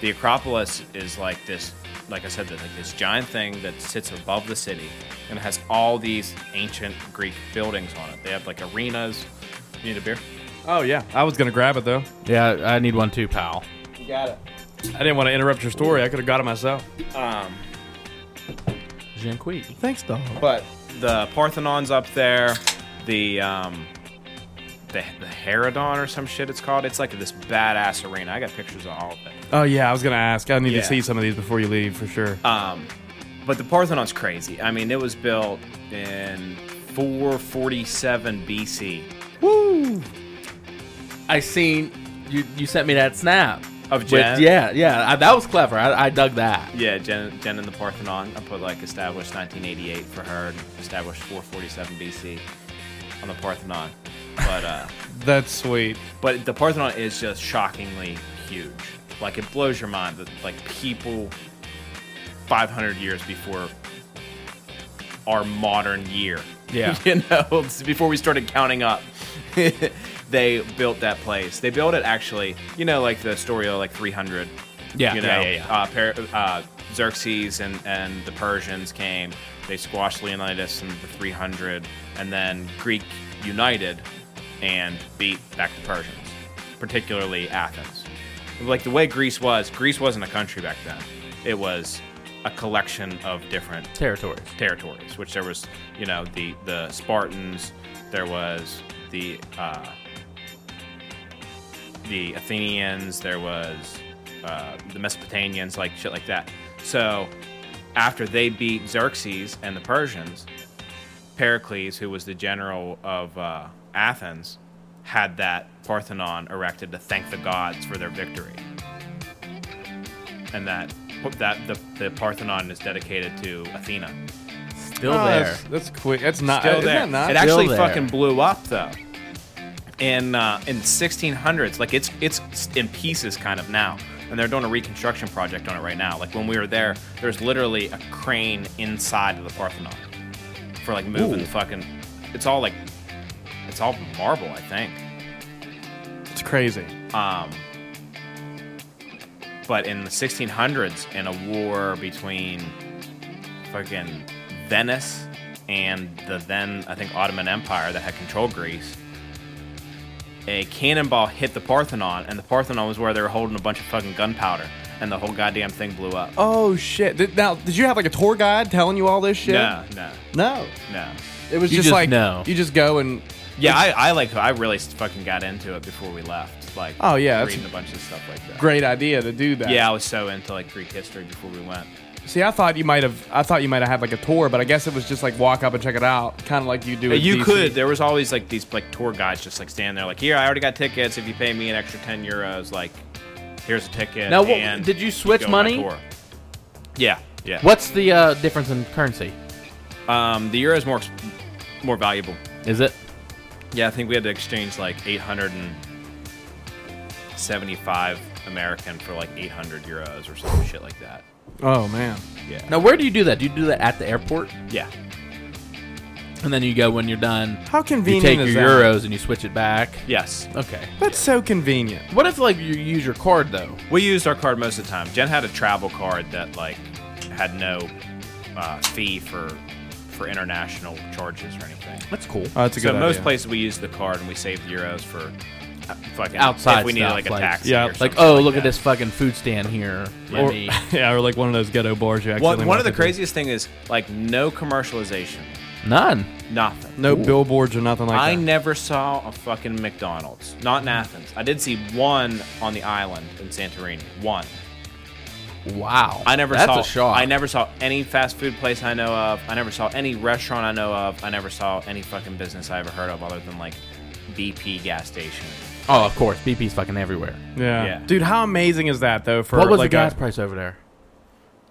the Acropolis is like this, like I said, that like this giant thing that sits above the city and has all these ancient Greek buildings on it. They have like arenas. You need a beer?
oh yeah. I was gonna grab it though.
Yeah, I need one too, pal.
You got it.
I didn't want to interrupt your story. I could have got it myself.
Um,
Jinquit.
Thanks, dog.
but the Parthenon's up there. The um, the the Herodon or some shit it's called. It's like this badass arena. I got pictures of all of it.
Oh yeah. Uh, I was gonna ask. I need
Yeah.
to see some of these before you leave for sure.
Um, but the Parthenon's crazy. I mean, it was built in 447 BC
I seen you. You sent me that snap
of
With-
Jen.
yeah, yeah. I, that was clever. I, I dug that.
Yeah, Jen, Jen and the Parthenon. I put like established 1988 for her, and established 447 BC on the Parthenon. But uh,
That's sweet.
but the Parthenon is just shockingly huge. Like it blows your mind that like people 500 years before our modern year.
Yeah.
you know, before we started counting up, they built that place. They built it actually, you know, like the story of like 300.
Yeah,
you know,
yeah, yeah, yeah.
Uh, per- uh, Xerxes and, and the Persians came. They squashed Leonidas in the 300, and then Greek united and beat back the Persians, particularly Athens. Like the way Greece was, Greece wasn't a country back then. It was a collection of different
Territories.
territories, which there was, you know, the the Spartans, there was the uh, the Athenians, there was uh, the Mesopotamians, like shit like that. So after they beat Xerxes and the Persians, Pericles, who was the general of uh, Athens, had that Parthenon erected to thank the gods for their victory and that that the, the Parthenon is dedicated to Athena.
Still
Oh,
there.
That's, that's quick. That's not.
Still
isn't
there.
that not-
It actually
there.
fucking blew up though. In uh, in 1600s, like it's it's in pieces kind of now, and they're doing a reconstruction project on it right now. Like when we were there, there's literally a crane inside of the Parthenon for like moving the fucking. It's all like, it's all marble, I think.
it's crazy.
Um, but in the 1600s, in a war between fucking Venice and the then, I think, Ottoman Empire that had controlled Greece, a cannonball hit the Parthenon, and the Parthenon was where they were holding a bunch of fucking gunpowder, and the whole goddamn thing blew up.
Oh shit! Did, now, did you have like a tour guide telling you all this shit?
No, no,
No.
no.
It was
You
just,
just
like
know.
you just go and
Yeah, I, I like, I really fucking got into it before we left. Like,
Oh, yeah, that's-
reading a bunch of stuff like that.
great idea to do that.
Yeah, I was so into like Greek history before we went.
See, I thought you might have I thought you might have had like a tour, but I guess it was just like walk up and check it out, kind of like you do.
But
at
you
DC.
could. There was always like these like tour guides just like standing there, like, here I already got tickets. If you pay me an extra ten euros, like, here's a ticket.
Now, what-
and
did you switch
go on my
money?
tour." Yeah, yeah.
What's the uh, difference in currency?
Um, the euro is more ex- more valuable.
Is it?
Yeah, I think we had to exchange like eight hundred and seventy five American for like 800 euros or some shit like that.
Oh man.
Yeah.
Now, where do you do that? Do you do that at the airport?
Yeah.
And then you go when you're done.
How
You
convenient
take your
is that?
euros and you switch it back.
Yes.
Okay.
That's so convenient.
What if like you use your card though?
We used our card most of the time. Jen had a travel card that like had no uh, fee for for international charges or anything.
That's cool.
Oh, that's a
So
good
most
idea.
places we used the card and we saved euros for uh, fucking
Outside
If we needed
stuff,
like a
like-
taxi.
yeah,
or
like,
Like,
something
oh, look at
that.
this fucking food stand here. Let
Or,
me-
yeah, or like one of those ghetto bars you
One,
accidentally
one of the
walk into.
craziest thing is like no commercialization,
None.
nothing.
No billboards or nothing like
I
that.
never saw a fucking McDonald's. Not in Athens. I did see one on the island in Santorini. One.
Wow.
I never
That's
saw.
a shock.
I never saw any fast food place I know of. I never saw any restaurant I know of. I never saw any fucking business I ever heard of other than like BP gas station.
Oh, of course. BP's fucking everywhere.
Yeah.
Yeah.
dude, how amazing is that though? For
what was
like
the gas
a,
price over there?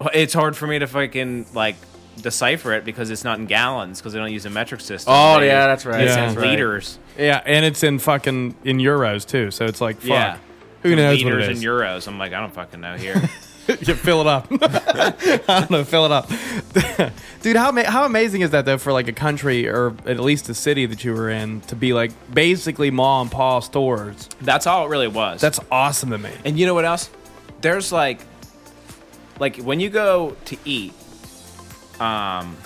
Well, It's hard for me to fucking like decipher it because it's not in gallons because they don't use a metric system.
Oh,
They
yeah,
use-
that's right.
It's
Yeah.
in
That's right.
liters.
Yeah, and it's in fucking in euros too. So it's like, fuck.
Yeah.
Who knows what
liters
it is?
and euros. I'm like, I don't fucking know here.
you fill it up. I don't know, fill it up, dude. How ma- how amazing is that though for like a country or at least a city that you were in to be like basically mom and pa stores?
that's all it really was.
That's awesome to me.
And you know what else? There's like, like when you go to eat, um,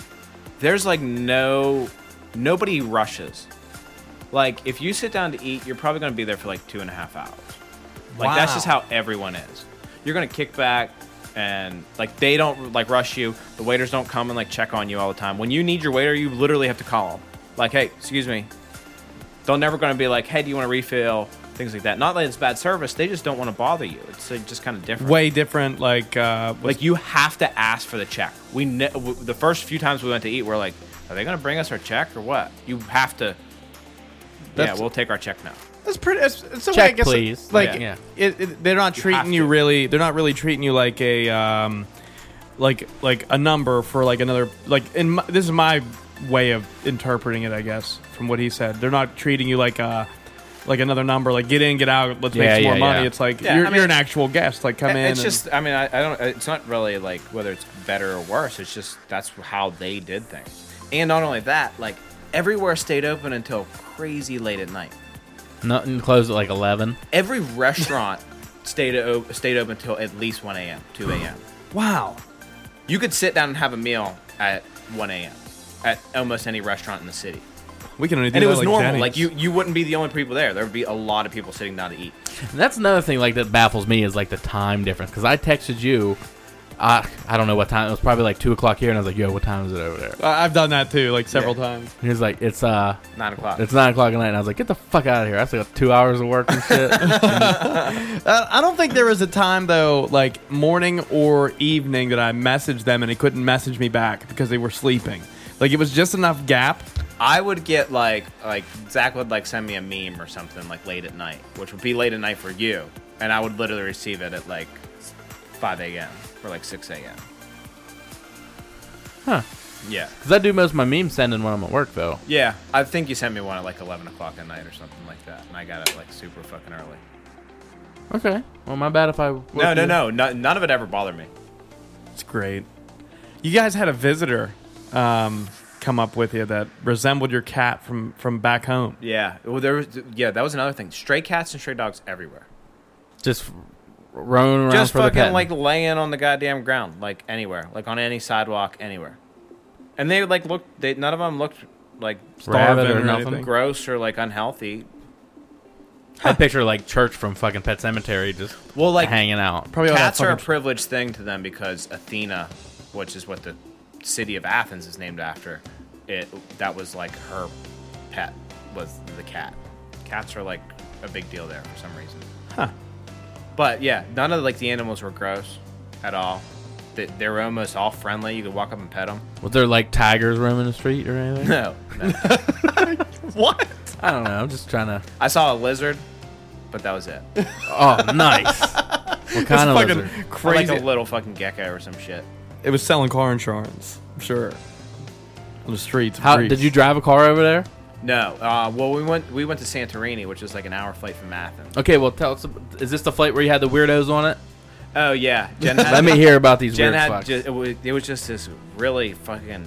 there's like no, nobody rushes. Like if you sit down to eat, you're probably gonna be there for like two and a half hours. Like that's
Wow.
just how everyone is. You're gonna kick back and like they don't like rush you. The waiters don't come and like check on you all the time. When you need your waiter, you literally have to call them. Like, hey, excuse me, they're never going to be like, hey, do you want to refill? Things like that. Not that it's bad service. They just don't want to bother you. It's like, just kind of different.
Way different, like uh, what's-
Like you have to ask for the check. We ne- w- the first few times we went to eat, we're like, are they going to bring us our check or what? You have to.
That's-
yeah, we'll take our check now.
That's pretty. It's, it's a
Check,
way, I guess,
please.
Like
Yeah.
It, it, they're not
have
treating you
to.
really. They're not really treating you like a um, like like a number for like another like. In my, this is my way of interpreting it, I guess, from what he said. They're not treating you like a like another number. Like get in, get out. Let's
Yeah,
make some more
yeah,
money.
yeah.
It's like
Yeah,
you're,
I mean-
you're an actual guest. Like come in.
It's
and-
just, I mean, I, I don't. It's not really like whether it's better or worse. It's just that's how they did things. And not only that, like everywhere stayed open until crazy late at night.
Nothing closed at like 11.
Every restaurant stayed o- stayed open until at least 1 a.m., 2 a.m.
wow.
You could sit down and have a meal at 1 a.m. at almost any restaurant in the city,
We can only do
and it
that,
was
like,
normal.
Denny's.
Like you, you wouldn't be the only people there. There would be a lot of people sitting down to eat.
And that's another thing like that baffles me is like the time difference. Because I texted you, uh, I don't know what time. It was probably like 2 o'clock here. And I was like, yo, what time is it over there?
I- I've done that too, like several
Yeah.
times.
And he was like, it's uh,
Nine o'clock.
it's 9 o'clock at night. And I was like, get the fuck out of here. I still got two hours of work and shit.
Uh, I don't think there was a time though, like morning or evening, that I messaged them and they couldn't message me back because they were sleeping. Like it was just enough gap.
I would get like like Zach would like send me a meme or something like late at night, which would be late at night for you, and I would literally receive it at like 5 a.m. or like 6 a.m.
Huh.
Yeah.
Because I do most of my meme sending when I'm at work, though.
Yeah, I think you sent me one at like 11 o'clock at night or something like that, and I got it like super fucking early.
Okay. Well, my bad if I. work
No, no,
you-
no, no, none of it ever bothered me.
It's great. You guys had a visitor um, come up with you that resembled your cat from from back home.
Yeah, well, there was yeah, that was another thing. Stray cats and stray dogs everywhere,
Just roaming around
just
for the
fucking
pet.
like laying on the goddamn ground, like anywhere, like on any sidewalk, anywhere. And they like looked, they none of them looked like
starving
Rabbit or
or
nothing.
anything.
gross or like unhealthy.
I picture like church from fucking Pet Cemetery just
Well, like
hanging out.
Probably all that
cats are a
Oh, fucking-
privileged thing to them because Athena, which is what the city of Athens is named after, it that was like her pet was the cat. Cats are like a big deal there for some reason.
Huh.
But yeah, none of like the animals were gross at all. They, they were almost all friendly. You could walk up and pet them.
Was there like tigers roaming the street or anything?
No, no. what?
I don't know. I'm just trying to.
I saw a lizard, but that was it.
Oh, nice. what kind of
fucking
lizard?
Or, like
crazy.
a little fucking gecko or some shit.
it was selling car insurance. I'm sure. On the streets. of
How
Greece.
did you drive a car over there?
No. Uh, well, we went we went to Santorini, which is like an hour flight from Athens.
Okay, well, tell us. Is this the flight where you had the weirdos on it?
Oh yeah, Jen had,
Let me hear about these
Jen
weird
had
fucks.
just, it, was, it was just this really fucking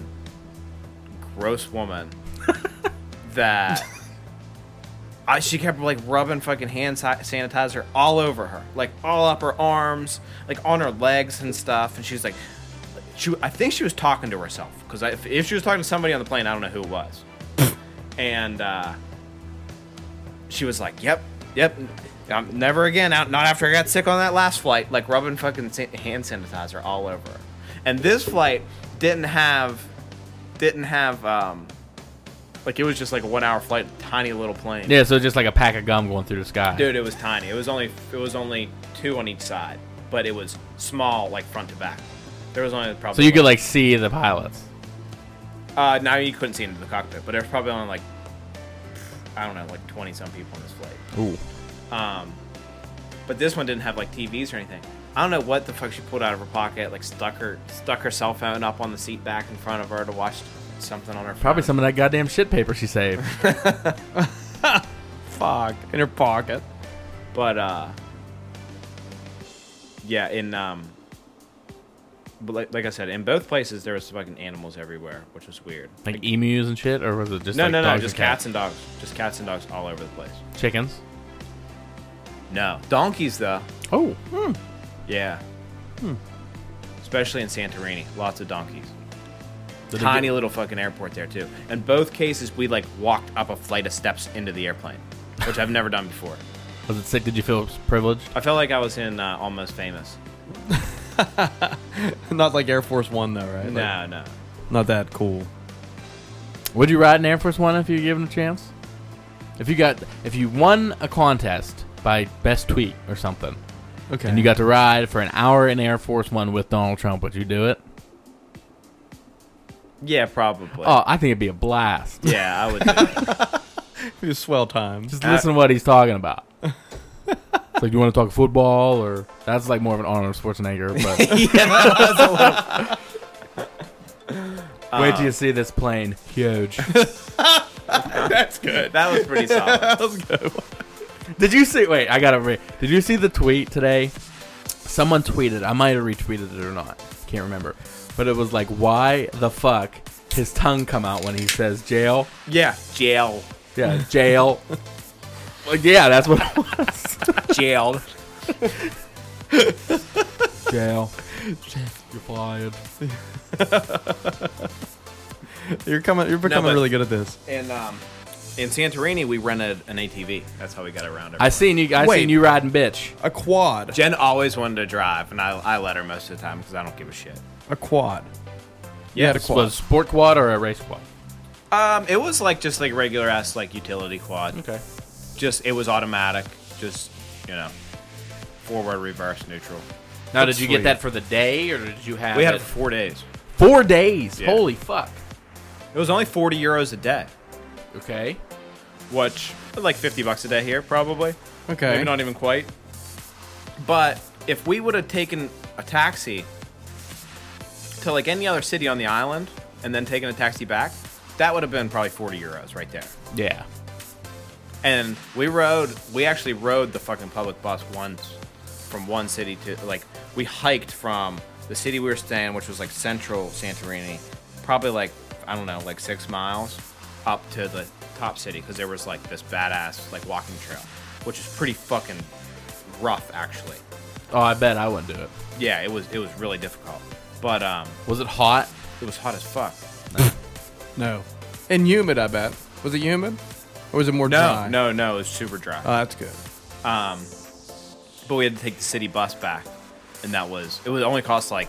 gross woman that I, she kept like rubbing fucking hand si- sanitizer all over her, like all up her arms, like on her legs and stuff. And she was like, she I think she was talking to herself because if, if she was talking to somebody on the plane, I don't know who it was. and uh, she was like, "Yep, yep, I'm never again. Out not after I got sick on that last flight, like rubbing fucking san- hand sanitizer all over." her. And this flight didn't have, didn't have, um, like it was just like a one-hour flight, tiny little plane.
yeah, so just like a pack of gum going through the sky.
Dude, it was tiny. It was only it was only two on each side, but it was small, like front to back. There was only
so
probably
you could like see the pilots.
uh, now you couldn't see into the cockpit, but there was probably only like I don't know, like twenty some people on this flight.
Ooh.
But this one didn't have like TVs or anything. I don't know what the fuck she pulled out of her pocket, like stuck her stuck her cell phone up on the seat back in front of her to watch something on her.
Probably
phone.
some of that goddamn shit paper she saved.
Fuck. In her pocket.
But uh yeah, in um but like, like I said, in both places there was fucking animals everywhere, which was weird.
like emus and shit, or was it just
no,
like
no, no,
dogs
just
and
cats and dogs, just cats and dogs all over the place.
chickens?
No, donkeys though.
Oh,
Yeah.
Hmm.
Especially in Santorini, lots of donkeys.
Did they
Tiny
get-
little fucking airport there too. In both cases, we like walked up a flight of steps into the airplane, which I've never done before.
was it sick? Did you feel privileged?
I felt like I was in uh, Almost Famous.
Not like Air Force One though, right? Like,
No, no.
not that cool.
Would you ride an Air Force One if you were given a chance? If you got, if you won a contest by best tweet or something,
Okay.
and you got to ride for an hour in Air Force One with Donald Trump, would you do it?
Yeah, probably.
Oh, I think it'd be a blast.
Yeah, I would. Do it.
It's swell time.
Uh,
Just listen to what he's talking about. it's like, do you want to talk football or that's like more of an Arnold Schwarzenegger? But wait
Uh,
till you see this plane, huge.
That's good.
That was pretty solid.
Did you see? Wait, I gotta. Re- Did you see the tweet today? Someone tweeted. I might have retweeted it or not. Can't remember. But it was like, why the fuck his tongue come out when he says jail?
yeah, jail,
Yeah, jail. like, yeah, that's what it was.
jail.
jail. You're fired.
You're coming. You're becoming
but-
really good at this.
And um, in Santorini, we rented an ATV. That's how we got around.
I seen you. I
Wait.
seen you riding, bitch.
A quad.
Jen always wanted to drive, and I, I let her most of the time because I don't give a shit.
A quad.
Yeah,
had a quad.
Was it a sport quad or a race quad?
Um, it was like just like regular ass like utility quad.
Okay.
Just it was automatic. Just you know, forward, reverse, neutral.
Now,
That's
did you
sweet.
get that for the day or did you have?
we had
it-
it for four days.
four days.
Yeah.
Holy fuck.
It was only forty euros a day,
Okay.
which like fifty bucks a day here probably.
Okay.
Maybe not even quite. But if we would have taken a taxi to like any other city on the island and then taken a taxi back, that would have been probably 40 euros right there.
Yeah.
And we rode, we actually rode the fucking public bus once from one city to like, we hiked from the city we were staying, which was like central Santorini, probably like, I don't know, like six miles up to the top city because there was like this badass like walking trail, which is pretty fucking rough actually.
Oh, I bet I wouldn't do it.
Yeah, it was it was really difficult, but um,
Was it hot?
it was hot as fuck.
No. And humid, I bet. Was it humid? Or was it more
No,
dry?
no, no, it was super dry.
Oh, that's good.
but we had to take the city bus back, and that was it. Was only cost like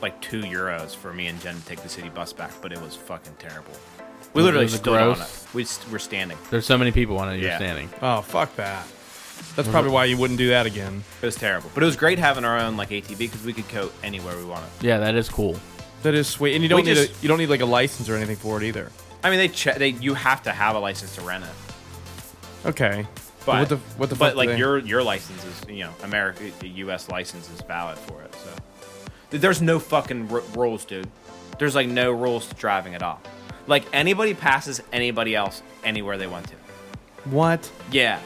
like two euros for me and Jen to take the city bus back, but it was fucking terrible. We
Was-
literally
was it
stood on
gross?
it. We st- were standing.
There's so many people on it. You're
Yeah.
standing.
Oh, fuck that. That's probably why you wouldn't do that again.
It was terrible, but it was great having our own like ATV because we could go anywhere we wanted.
Yeah, that is cool.
That is sweet. And you don't
We
need a,
just-
you don't need like a license or anything for it either.
I mean, they che- they you have to have a license to rent it,
Okay.
but
what the what the
but
fuck do
like
they-
your your license is you know America the U.S. license is valid for it. So Th- there's no fucking r- rules, dude. There's like no rules to driving at all. Like anybody passes anybody else anywhere they want to.
What?
Yeah.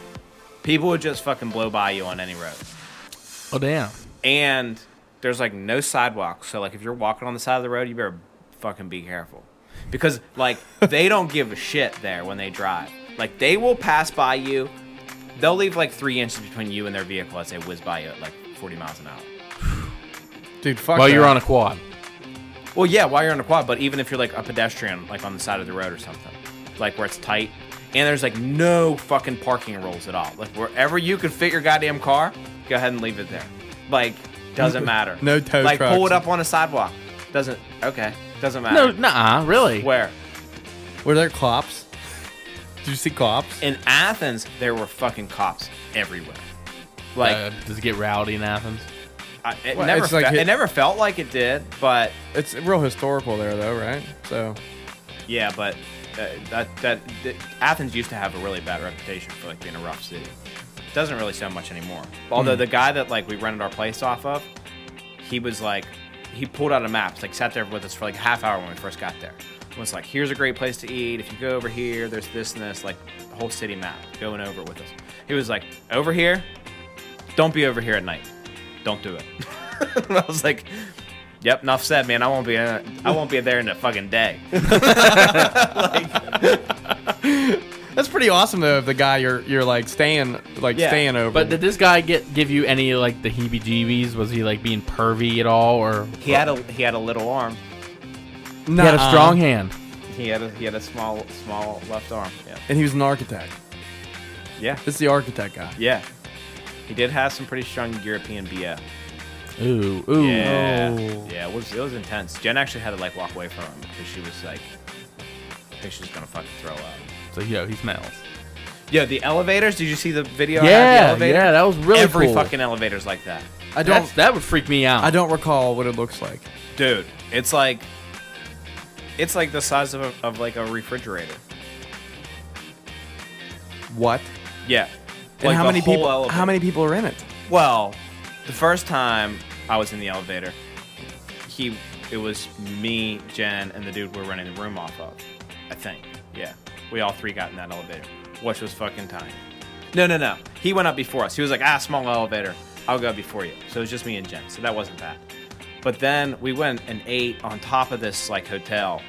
People would just fucking blow by you on any road.
Oh damn.
And there's like no sidewalks. So like if you're walking on the side of the road, you better fucking be careful. Because like they don't give a shit there when they drive. Like they will pass by you. They'll leave like three inches between you and their vehicle as they whiz by you at like 40 miles an hour.
Dude, fuck.
Well,
that.
you're on a quad.
Well, yeah, while you're on a quad, but even if you're like a pedestrian, like on the side of the road or something, like where it's tight, and there's like no fucking parking rules at all. Like wherever you could fit your goddamn car, go ahead and leave it there. Like doesn't matter.
No tow
Like
trucks.
pull it up on a sidewalk. Doesn't okay. Doesn't
No,
matter.
nah, really.
Where
Were there cops? Did you see cops?
in Athens there were fucking cops everywhere. Like
Uh, does it get rowdy in Athens?
I, it
well,
never
it's like
fe-
it-
it never felt like it did, but
It's real historical there, though, right? So
Yeah, but uh, that, that that Athens used to have a really bad reputation for like being a rough city. Doesn't really sound much anymore. Although the guy that like we rented our place off of, he was like, he pulled out a map, like sat there with us for like a half hour when we first got there. Was like, here's a great place to eat. If you go over here, there's this and this, like the whole city map going over it with us. He was like, over here, don't be over here at night. Don't do it. I was like, yep, enough said, man. I won't be, in, I won't be there in a fucking day.
that's pretty awesome, though. If the guy you're you're like staying like
Yeah,
staying over,
But did this guy get give you any like the heebie-jeebies? Was he like being pervy at all, or
He had a he had a little arm.
he had a
Nuh-uh.
strong hand?
He had a he had a small small left arm. Yeah.
and he was an architect.
Yeah.
It's the architect guy.
Yeah. He did have some pretty strong European BF.
Ooh, ooh,
Yeah.
ooh.
Yeah, it was it was intense. Jen actually had to like walk away from him because she was like I think she was gonna fucking throw up.
So yo, he smells.
Yeah, the elevators, did you see the video I had of the
Yeah,
elevator?
yeah, that was really
Every
cool.
fucking elevator's like that.
I don't
That's, that would freak me out.
I don't recall what it looks like.
Dude, it's like it's like the size of, a, of like a refrigerator.
What?
Yeah.
And
Like
how
the
many
whole
people? How
elevator.
many people are in it?
Well, the first time I was in the elevator, he it was me, Jen, and the dude we were running the room off of. I think. Yeah. We all three got in that elevator, which was fucking tiny. No, no, no. He went up before us. He was like, ah, small elevator. I'll go before you. So it was just me and Jen. So that wasn't bad. But then we went and ate on top of this like hotel,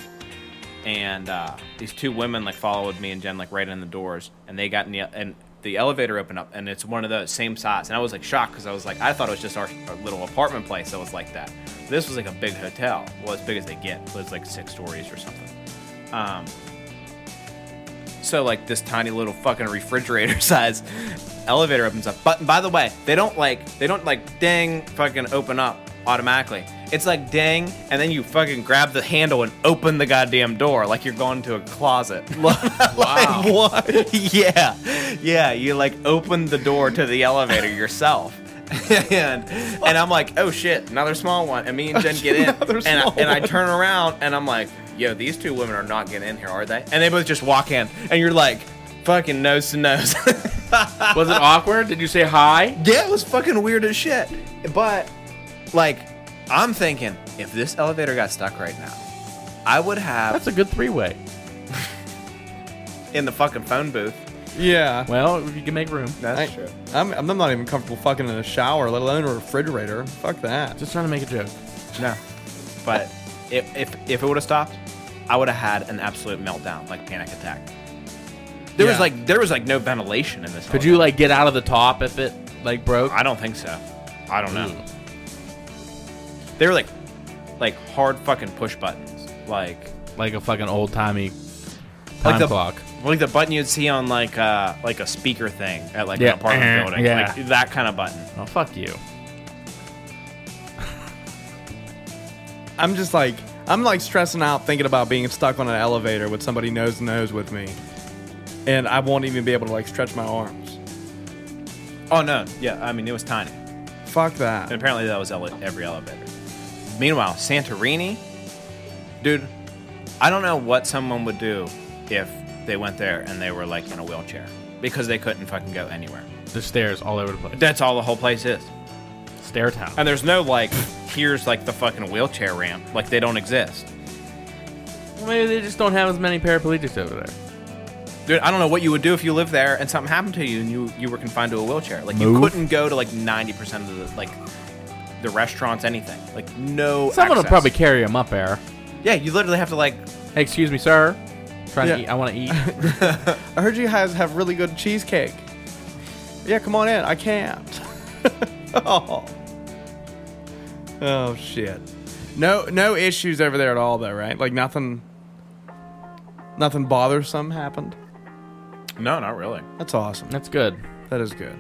and uh, these two women like followed me and Jen like right in the doors, and they got in the and the elevator opened up, and it's one of those same size, and I was like shocked because I was like I thought it was just our, our little apartment place that was like that. This was like a big hotel, well as big as they get, it was like six stories or something. Um, so like this tiny little fucking refrigerator size elevator opens up. But by the way, they don't like they don't like ding fucking open up automatically. It's like ding, and then you fucking grab the handle and open the goddamn door like you're going to a closet. like, what? Yeah, yeah. You like open the door to the elevator yourself. and and I'm like, oh shit, another small one. And me and Jen get in,
Another
and I,
small
and I
one.
turn around and I'm like, yo, these two women are not getting in here, are they? And they both just walk in, and you're like, fucking nose to nose.
Was it awkward? Did you say hi?
yeah, it was fucking weird as shit. But like, I'm thinking, if this elevator got stuck right now, I would have
That's a good three-way.
in the fucking phone booth.
Yeah.
Well, if you can make room.
That's
I, I'm, I'm not even comfortable fucking in a shower, let alone a refrigerator. Fuck that.
Just trying to make a joke.
No. But if if, if it would have stopped, I would have had an absolute meltdown, like panic attack. There was
Yeah.
like there was like no ventilation in this.
Could
elevator.
you like get out of the top if it like broke?
I don't think so. I don't know.
Ooh.
They were like, like hard fucking push buttons, like
Like a fucking old timey time
like the
clock.
like the button you'd see on like uh like a speaker thing at like
Yeah.
an apartment
Eh,
building,
yeah.
like that kind of button.
Oh fuck you.
I'm just like, I'm like stressing out thinking about being stuck on an elevator with somebody nose to nose with me. And I won't even be able to like stretch my arms.
Oh no, yeah, I mean it was tiny, and
Fuck that.
apparently that was ele- every elevator. Meanwhile, Santorini, dude, I don't know what someone would do if they went there and they were like in a wheelchair because they couldn't fucking go anywhere.
The stairs all over the place.
That's all the whole place is.
Stair town.
And there's no like, here's like the fucking wheelchair ramp. Like they don't exist.
Well, maybe they just don't have as many paraplegics over there.
Dude, I don't know what you would do if you lived there and something happened to you and you you were confined to a wheelchair. Like you
Move.
couldn't go to like ninety percent of the like the restaurants, anything. Like no.
Someone will
access.
probably carry them up there.
Yeah, you literally have to like.
Hey, excuse me, sir. Trying to
Yeah.
eat. I want to eat.
I heard you guys have really good cheesecake. Yeah, come on in. I can't. oh. oh shit. No no issues over there at all though, right? Like nothing nothing bothersome happened.
No, not really.
That's awesome.
That's good.
That is good.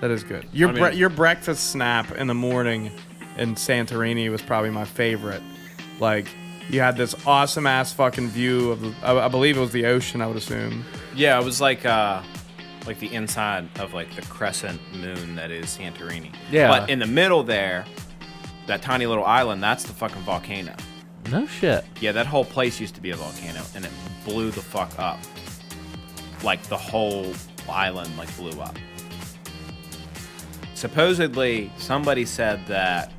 That is good. Your
I
bre-
mean-
your breakfast snap in the morning in Santorini was probably my favorite. Like you had this awesome ass fucking view of the, I, I believe it was the ocean, I would assume.
Yeah, it was like uh like the inside of like the crescent moon that is Santorini.
Yeah.
But in the middle there, that tiny little island, that's the fucking volcano.
No shit.
Yeah, that whole place used to be a volcano and it blew the fuck up. Like the whole island like blew up. Supposedly somebody said that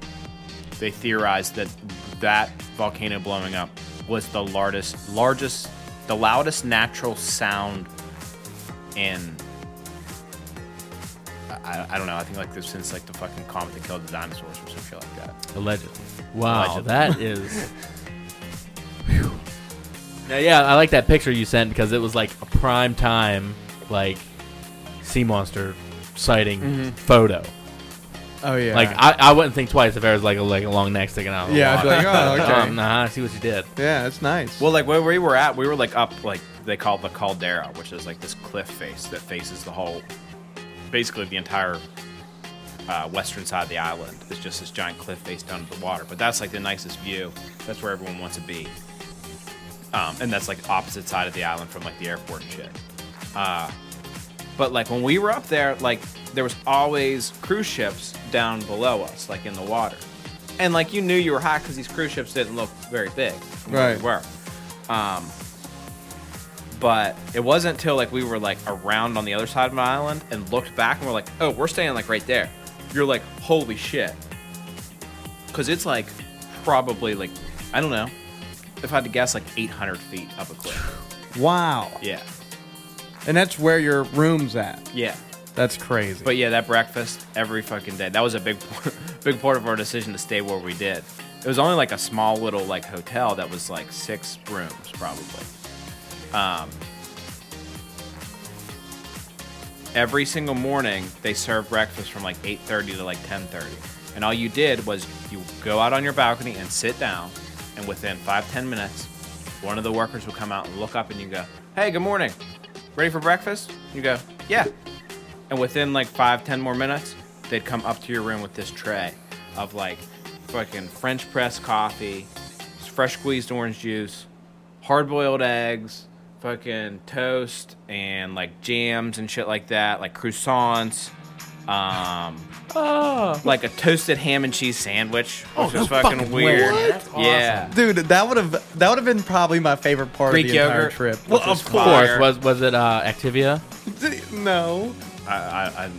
they theorized that that volcano blowing up was the largest largest the loudest natural sound in I, I don't know. I think like this since like the fucking comet that killed the dinosaurs or some shit like that.
Allegedly. Wow,
Allegedly.
that is. Whew. Now, yeah, I like that picture you sent because it was like a prime time, like sea monster sighting
Mm-hmm.
photo.
Oh yeah.
Like I, I wouldn't think twice if there was like a like a long neck sticking out. Of the
Yeah, I'd be like, oh,
water.
okay.
Um, nah, I see what you did.
yeah, it's nice.
Well, like where we were at, we were like up like they call it the caldera, which is like this cliff face that faces the whole, basically the entire uh, western side of the island. It's just this giant cliff face down to the water. But that's like the nicest view. That's where everyone wants to be. Um, and that's like opposite side of the island from like the airport and shit. Uh, But like when we were up there, like there was always cruise ships down below us, like in the water, and like you knew you were hot because these cruise ships didn't look very big, from where
Right.
They were. Um, but it wasn't until like we were like around on the other side of an island and looked back and we're like, oh, we're staying like right there. You're like, holy shit, because it's like probably like I don't know if I had to guess like 800 feet up a cliff.
wow.
Yeah,
And that's where your room's at.
yeah.
That's crazy.
But yeah, that breakfast every fucking day. That was a big, part- big part of our decision to stay where we did. It was only like a small little like hotel that was like six rooms probably. Um, every single morning they served breakfast from like 8:30 to like 10:30, and all you did was you go out on your balcony and sit down, and within five ten minutes, one of the workers would come out and look up and you go, "Hey, good morning, ready for breakfast?" You go, "Yeah." and within like five, ten more minutes, they'd come up to your room with this tray of like fucking French press coffee, fresh squeezed orange juice, hard boiled eggs, fucking toast, and like jams and shit like that, like croissants. Um, like a toasted ham and cheese sandwich, which is fucking, weird.
way. That's
Yeah,
dude, that would have that would have been probably my favorite part
Greek
of the entire
yogurt.
trip.
Well, um,
was this
of
Of
course.
course,
Fire.
was was it uh, Activia?
fuck- No.
I, I, I,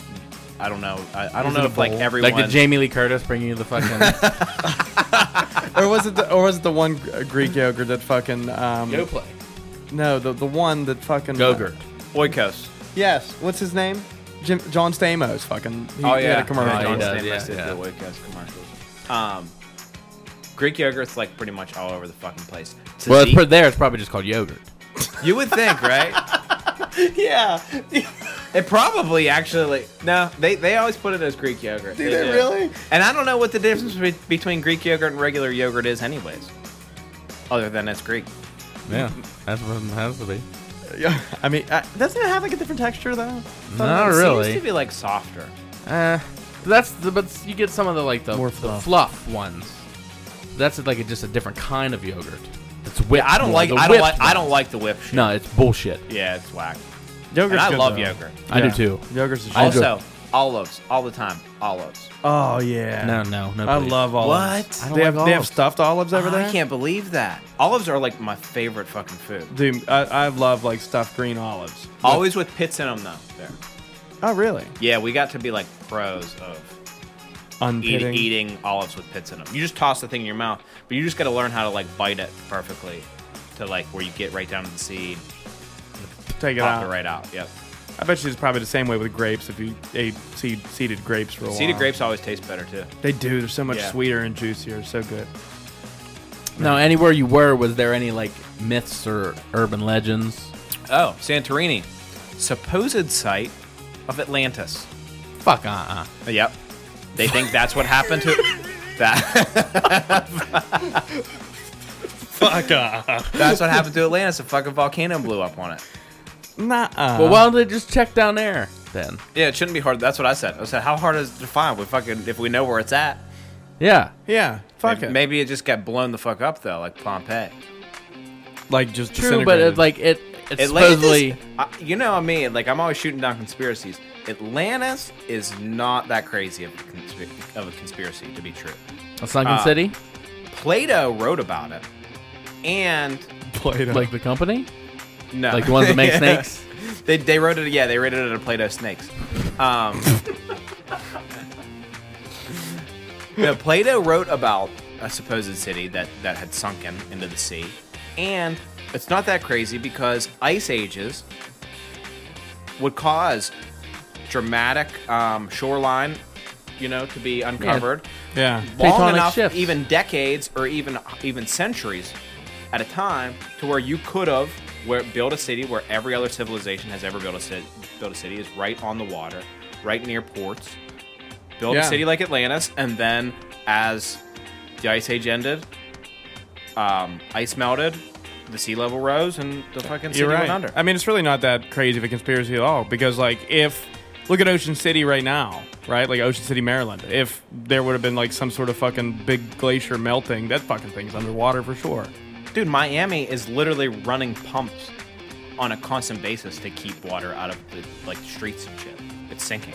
I don't know. I, I don't
Is
know
it a
if like
bowl?
everyone
like did Jamie Lee Curtis bring you the fucking
Or was it the, or was it the one uh, Greek yogurt that fucking um
play?
No, the the one that fucking uh,
Gogurt.
Oikos.
Yes. What's his name? Jim, John Stamos. Fucking. He,
Oh
he
yeah,
had a commercial.
Yeah, he
John
does,
Stamos
yeah,
did
yeah.
the Wacos commercials. Um, Greek yogurt's like pretty much all over the fucking place.
Well, it's
Tzatziki-
per there. It's probably just called yogurt.
you would think, right?
yeah.
it probably actually no. They they always put it as Greek yogurt.
Do they really?
And I don't know what the difference be- between Greek yogurt and regular yogurt is, anyways. Other than it's Greek.
Yeah, that's what it has to be.
Yeah. I mean, uh, doesn't it have like a different texture though?
Not
it
really.
Seems to be like softer.
Uh, that's the, but you get some of the like the,
More
the
fluff.
fluff ones. That's like a, just a different kind of yogurt. It's whipped.
I don't
more,
like.
the
I don't
whipped
like. I
one.
don't like the whip. Shit.
No, it's bullshit.
Yeah, it's whack.
Yogurt.
And I love yogurt.
I do too.
Yogurt's the shit.
Also, olives all the time. Olives.
Oh yeah.
No, no, no.
I
please.
love olives.
What?
I don't
They have,
like
they have
olives.
stuffed olives over there.
I can't believe that. Olives are like my favorite fucking food.
Dude, I, I love like stuffed green olives.
Always with pits in them though. There.
Oh really?
Yeah, we got to be like pros of eat,
Unpitting.
eating olives with pits in them. You just toss the thing in your mouth, but you just got to learn how to like bite it perfectly to like where you get right down to the seed,
Take it
pop
out.
it right out. Yep.
I bet you it's probably the same way with grapes. If you ate seed, seeded grapes for a while,
Seeded grapes always taste better too.
they do. They're so much
Yeah.
sweeter and juicier. So good.
Now, anywhere you were, was there any like myths or urban legends?
Uh-huh.
Oh, Santorini, supposed site of Atlantis.
Fuck, uh, uh
Yep. They think that's what happened to that.
Fuck off.
That's what happened to Atlantis. A fucking volcano blew up on it.
Nah.
Well, why don't they just check down there then?
Yeah, it shouldn't be hard. That's what I said. I said, how hard is it to find? We fucking if we know where it's at.
Yeah,
yeah. Fuck
maybe,
it.
maybe it just got blown the fuck up though, like Pompeii.
like just
true, but
disintegrated.
it, like it, it's
Atlantis,
supposedly
I- you know what I mean? Like I'm always shooting down conspiracies. Atlantis is not that crazy of a, consp- of a conspiracy to be true.
a sunken
Ah.
uh,
city,
Plato wrote about it, and
Plato.
like the company,
no,
like the ones that make
Yeah.
snakes.
They, they wrote it. Yeah, they wrote it in Plato snakes. Um, yeah, Plato wrote about a supposed city that that had sunken into the sea, and it's not that crazy because ice ages would cause dramatic um, shoreline, you know, to be uncovered
yeah.
long
Tectonic
enough,
shifts.
even decades or even even centuries at a time, to where you could have where built a city where every other civilization has ever built a city. Built a city is right on the water, right near ports. Build
Yeah.
a city like Atlantis, and then as the ice age ended, um, ice melted, the sea level rose, and the fucking city
You're right.
went under. Uh,
I mean, it's really not that crazy of a conspiracy at all because, like, if look at Ocean City right now, right? Like Ocean City, Maryland. If there would have been like some sort of fucking big glacier melting, that fucking thing's underwater for sure.
Dude, Miami is literally running pumps on a constant basis to keep water out of the like streets and shit. It's sinking.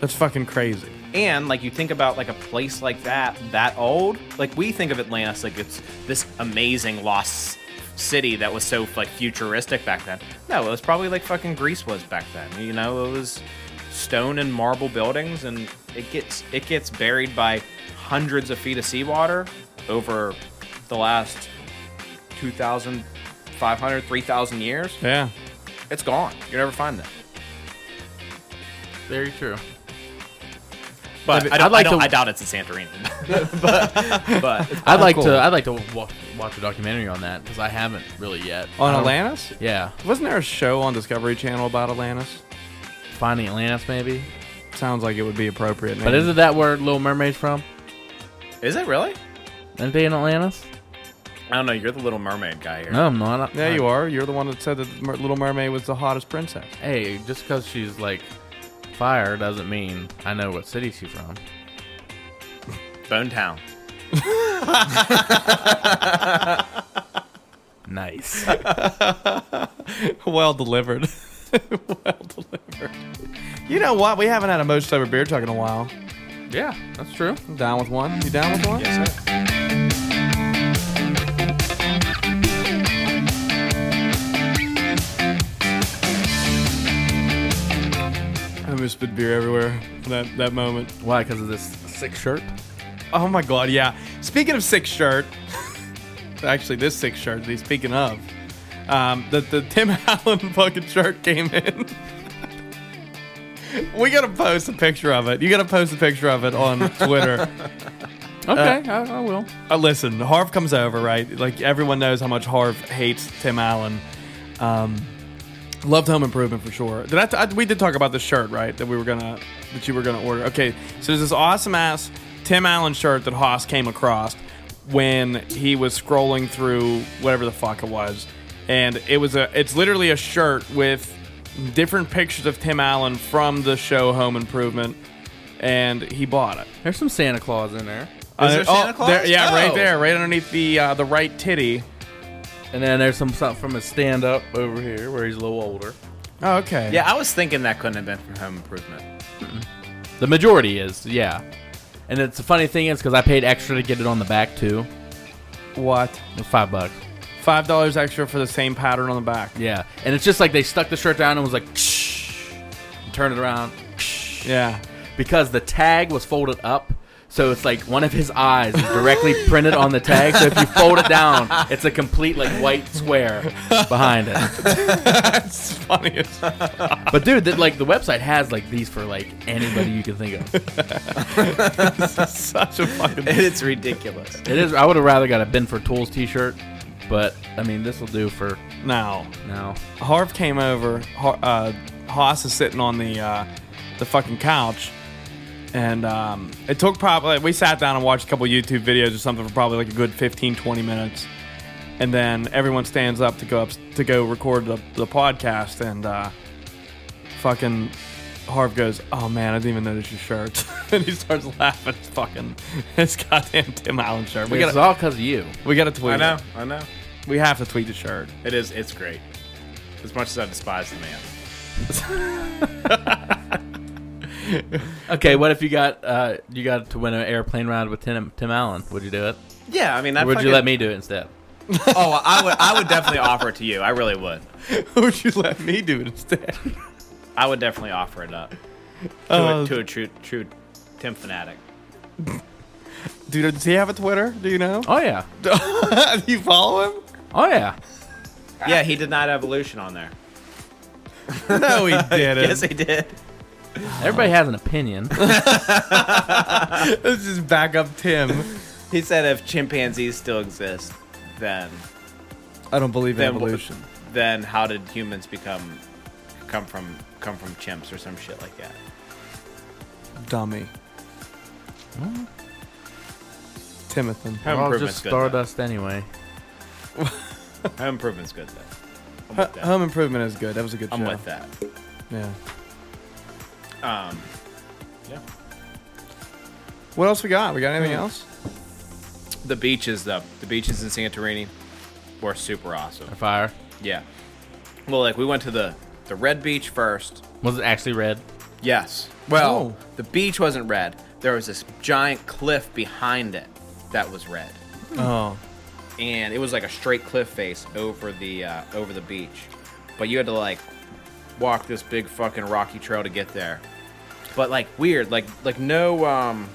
That's fucking crazy.
And like you think about like a place like that, that old, like we think of Atlantis like it's this amazing lost city that was so like futuristic back then. No, it was probably like fucking Greece was back then. You know, it was stone and marble buildings and it gets it gets buried by hundreds of feet of seawater over the last 2,500, 3,000 years.
Yeah.
It's gone. You never find that.
Very true.
But
I'd
I, don't,
like
I, don't,
to-
I doubt it's in Santorini. but, but
I'd like
cool.
to. I'd like to wa- watch a documentary on that because I haven't really yet.
On
I don't-
Atlantis?
Yeah,
Wasn't there a show on Discovery Channel about Atlantis?
finding Atlantis maybe.
Sounds like it would be appropriate.
But isn't that where Little Mermaid's from?
is it really?
Aren't they in Atlantis?
I don't know. You're the Little Mermaid guy here.
No, I'm not.
Yeah,
I-
you are. You're the one that said that Mer- Little Mermaid was the hottest princess.
Hey, just because she's like fire doesn't mean I know what city she's from.
Bone Town.
Nice.
well delivered. well delivered. You know what? We haven't had a most sober beer talk in a while.
yeah, that's true.
I'm down with one. You down with one?
Yes, sir.
I miss spit beer everywhere. That that moment.
Why? Because of this sick shirt?
Oh my god, yeah. Speaking of six shirt, actually this six shirt. that he's Speaking of, um, the the Tim Allen fucking shirt came in. we gotta post a picture of it. You gotta post a picture of it on Twitter.
Okay, I, I will.
Uh, listen, Harv comes over, right? Like everyone knows how much Harv hates Tim Allen. Um, loved Home Improvement for sure. Did I, t- I- We did talk about the shirt, right? That we were gonna, that you were gonna order. Okay, so there's this awesome ass Tim Allen shirt that Haas came across when he was scrolling through whatever the fuck it was, and it was a. It's literally a shirt with different pictures of Tim Allen from the show Home Improvement, and he bought it.
There's some Santa Claus in there.
Uh,
there Santa Claus?
there- yeah, right
Oh.
there, right underneath the uh, the right titty.
And then there's some stuff from his stand up over here where he's a little older.
Oh, okay.
Yeah, I was thinking that couldn't have been from Home Improvement.
The majority is, yeah. And it's the funny thing is because I paid extra to get it on the back too.
What?
Five bucks.
Five dollars extra for the same pattern on the back.
Yeah. And it's just like they stuck the shirt down and was like, shh, and turned it around.
Yeah.
because the tag was folded up. So it's like one of his eyes is directly printed on the tag. So if you fold it down, it's a complete like white square behind it.
That's funny. as-
But dude, that like the website has like these for like anybody you can think of.
Such a fucking.
it's ridiculous.
It is. I would have rather got a Ben for Tools T-shirt, but I mean this will do for
Now,
now.
Harv came over. Har- uh, Haas is sitting on the uh, the fucking couch, and um, it took probably like, we sat down and watched a couple YouTube videos or something for probably like a good 15, 20 minutes, and then everyone stands up to go up to go record the, the podcast, and uh, fucking Harv goes, "Oh man, I didn't even notice your shirt," and he starts laughing. It's fucking it's goddamn Tim Allen shirt. We
it's
gotta
all because of you.
we gotta tweet.
I know.
it.
I know.
We have to tweet the shirt.
It is. It's great. As much as I despise the man.
Okay, what if you got uh you got to win an airplane ride with Tim Tim Allen? Would you do it?
Yeah, I mean, I
Or would you
fucking-
let me do it instead?
Oh, I would. I would definitely offer it to you. I really would.
Would you let me do it instead?
I would definitely offer it up to,
Uh,
a, to a true, true Tim fanatic.
Dude, does he have a Twitter? Do you know?
Oh yeah,
Do you follow him?
oh yeah.
Yeah, he did not evolution on there.
No, he didn't.
Yes, he did.
Everybody has an opinion.
Let's just back up Tim.
He said if chimpanzees still exist, then
I don't believe in
Then what-
evolution.
then how did humans become come from come from chimps or some shit like that?
Dummy. Timothy.
Home
I'll
improvement's
just
good. though.
stardust anyway.
Home improvement's good though. I'm with that.
Home improvement is good. That was a good
I'm
show.
with that.
Yeah.
Um, yeah.
What else we got? We got anything else?
The beaches though, the beaches in Santorini were super awesome.
Fire.
Yeah. Well, like we went to the the red beach first.
Was it actually red?
Yes. Well,
Oh.
the beach wasn't red. There was this giant cliff behind it that was red,
Oh.
and it was like a straight cliff face over the uh, over the beach. But you had to like walk this big fucking rocky trail to get there. But like weird, like like no um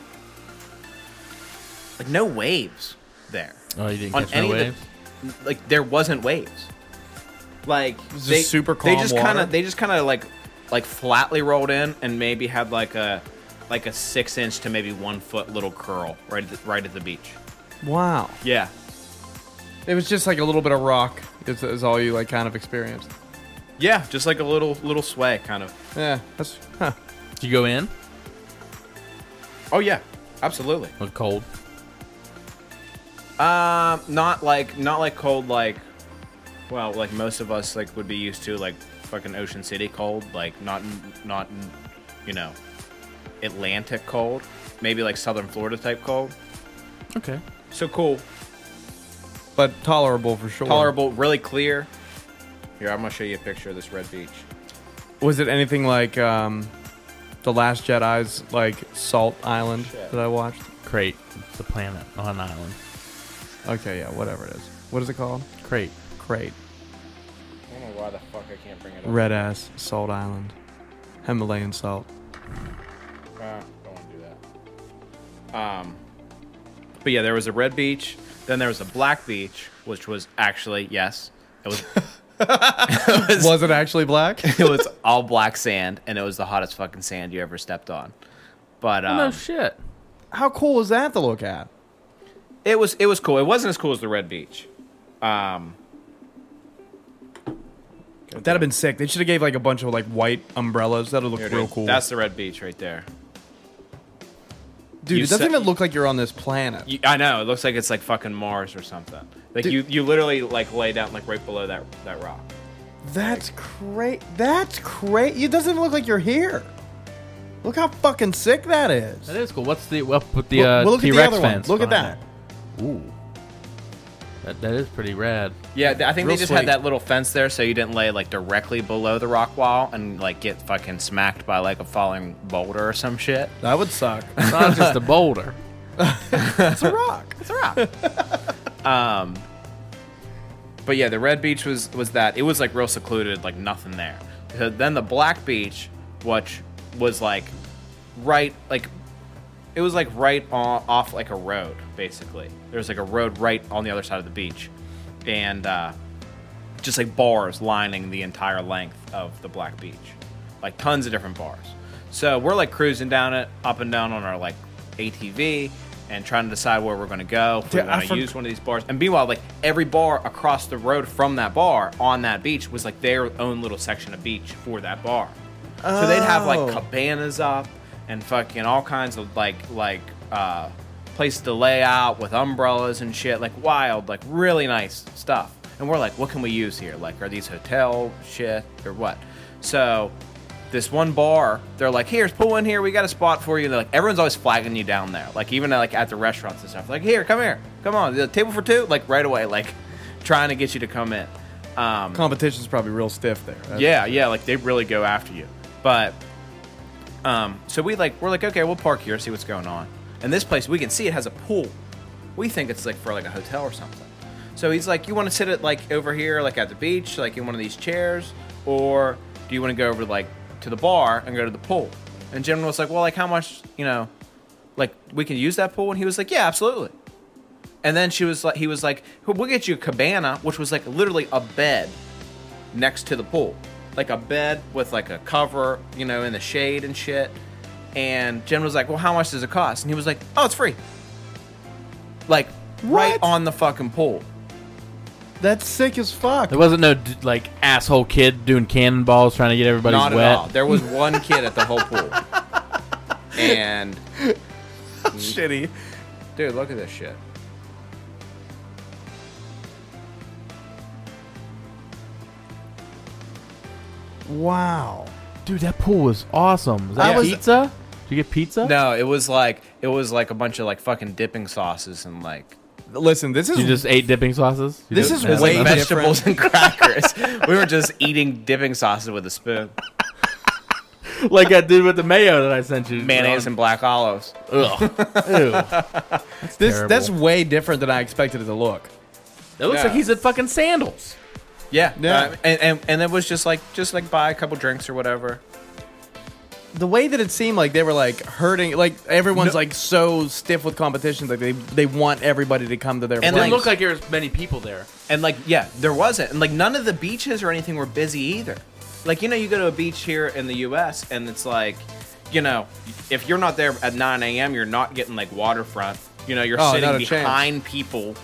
like no waves there.
Oh, you didn't
On
catch no
any of the-
waves.
like there wasn't waves. Like
was
they
just super
They
calm
just kind
water.
of they just kind of like like flatly rolled in and maybe had like a like a six inch to maybe one foot little curl right at the, right at the beach.
Wow.
Yeah,
It was just like a little bit of rock. Is, is all you like kind of experienced.
yeah, just like a little little sway kind of.
Yeah. That's huh.
Did you go in?
Oh yeah, absolutely.
Was it cold.
Um, not like not like cold like, well, like most of us like would be used to like fucking Ocean City cold, like not not you know Atlantic cold, maybe like Southern Florida type cold.
Okay.
So cool.
But tolerable for sure.
Tolerable, really clear. Here, I'm gonna show you a picture of this red beach.
Was it anything like um, the Last Jedi's like Salt Island
Shit.
that I watched?
Crate. It's a planet on an island.
Okay, yeah, whatever it is. What is it called?
Crate.
Crate.
I don't know why the fuck I can't bring it up.
Red ass salt island. Himalayan salt.
Ah, don't want to do that. Um, but yeah, there was a red beach. Then there was a black beach, which was actually yes, it was
Was it actually black?
it was all black sand, and it was the hottest fucking sand you ever stepped on. But um,
no shit.
How cool was that to look at?
it was it was cool. It wasn't as cool as the red beach. Um,
That'd have been sick. They should have gave like a bunch of like white umbrellas. That'd look
here,
real
dude,
cool.
That's the red beach right there.
Dude,
you
it doesn't
said-
even look like you're on this planet.
You, I know. It looks like it's like fucking Mars or something. Like
Dude.
you, you literally like lay down like right below that that rock.
that's crazy. That's crazy. It doesn't even look like you're here. Look how fucking sick that is.
That is cool. What's the up with the
Well-
uh,
well, look at the
T-Rex
other one.
fence?
Look at
behind it? Ooh. That, that is pretty rad.
Yeah, th- I think
Real
they just
sweet.
had that little fence there so you didn't lay like directly below the rock wall and like get fucking smacked by like a falling boulder or some shit.
That would suck.
It's not just a boulder.
It's a rock.
It's a rock. um, but yeah, the red beach was was that. It was like real secluded, like nothing there. So then the black beach, which was like right like It was like right on, off like a road, basically. There was like a road right on the other side of the beach, and uh, just like bars lining the entire length of the Black Beach, like tons of different bars. So we're like cruising down it, up and down on our like ATV, and trying to decide where we're gonna go. If
Dude,
we're
I
gonna
forg-
use one of these bars. And meanwhile, like every bar across the road from that bar on that beach was like their own little section of beach for that bar. So they'd have like
Oh.
cabanas up and fucking all kinds of like like uh place to lay out with umbrellas and shit, like wild, like really nice stuff. And we're like, what can we use here? Like are these hotel shit or what? So this one bar, they're like, here's pull in here, we got a spot for you. they're like, everyone's always flagging you down there. Like even like at the restaurants and stuff. Like, here, come here, come on, the table for two, like right away, like trying to get you to come in. Um
Competition's probably real stiff there. That's-
yeah, yeah, like they really go after you. But um, so we like we're like okay, we'll park here, see what's going on. And this place we can see it has a pool. We think it's like for like a hotel or something. So he's like, you want to sit at like over here, like at the beach, like in one of these chairs, or do you want to go over like to the bar and go to the pool? And Jim was like, well, like how much, you know, like we can use that pool? And he was like, yeah, absolutely. And then she was like, he was like, we'll get you a cabana, which was like literally a bed next to the pool, like a bed with like a cover, you know, in the shade and shit. And Jen was like, "Well, how much does it cost?" And he was like, "Oh, it's free." Like right
What?
on the fucking pool.
That's sick as fuck.
There wasn't no d- like asshole kid doing cannonballs trying to get everybody
Not
wet.
at all. There was one kid at the whole pool. And
Shitty.
dude, look at this shit.
Wow.
Dude, that pool was awesome. Was
I
that
was-
pizza? Did you get pizza?
No, it was like it was like a bunch of like fucking dipping sauces and like
Listen, this is
You just ate dipping sauces. You
This
did-
is
that's
way
enough.
better.
vegetables and crackers. we were just eating dipping sauces with a spoon,
like I did with the mayo that I sent you.
mayonnaise and black olives.
Ugh. Ew. That
this
terrible.
that's way different than I expected it to look.
looks
Yeah.
like he's in fucking sandals.
Yeah,
Yeah.
uh, and, and and it was just like just like buy a couple drinks or whatever.
The way that it seemed like they were like hurting, like everyone's like so stiff with competition, like they they want everybody to come to their.
And
place.
it looked
like there was many people there.
And like yeah, there wasn't, and like none of the beaches or anything were busy either. Like you know, you go to a beach here in the U.S. and it's like, you know, if you're not there at 9 a.m., you're not getting like waterfront. You know, you're
Oh, not
sitting
a chance.
behind people,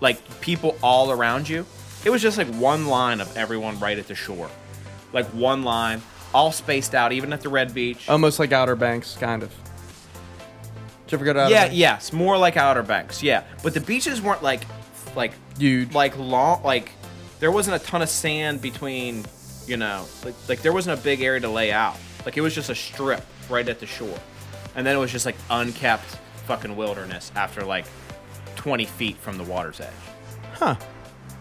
like people all around you. It was just like one line of everyone right at the shore, like one line, all spaced out, even at the red beach.
almost like Outer Banks, kind of. Did you ever go to Outer
yeah,
Banks?
yes, more like Outer Banks. Yeah, but the beaches weren't like like
Huge.
like long, like there wasn't a ton of sand between, you know, like like there wasn't a big area to lay out. Like it was just a strip right at the shore, and then it was just like unkept fucking wilderness after like 20 feet from the water's edge.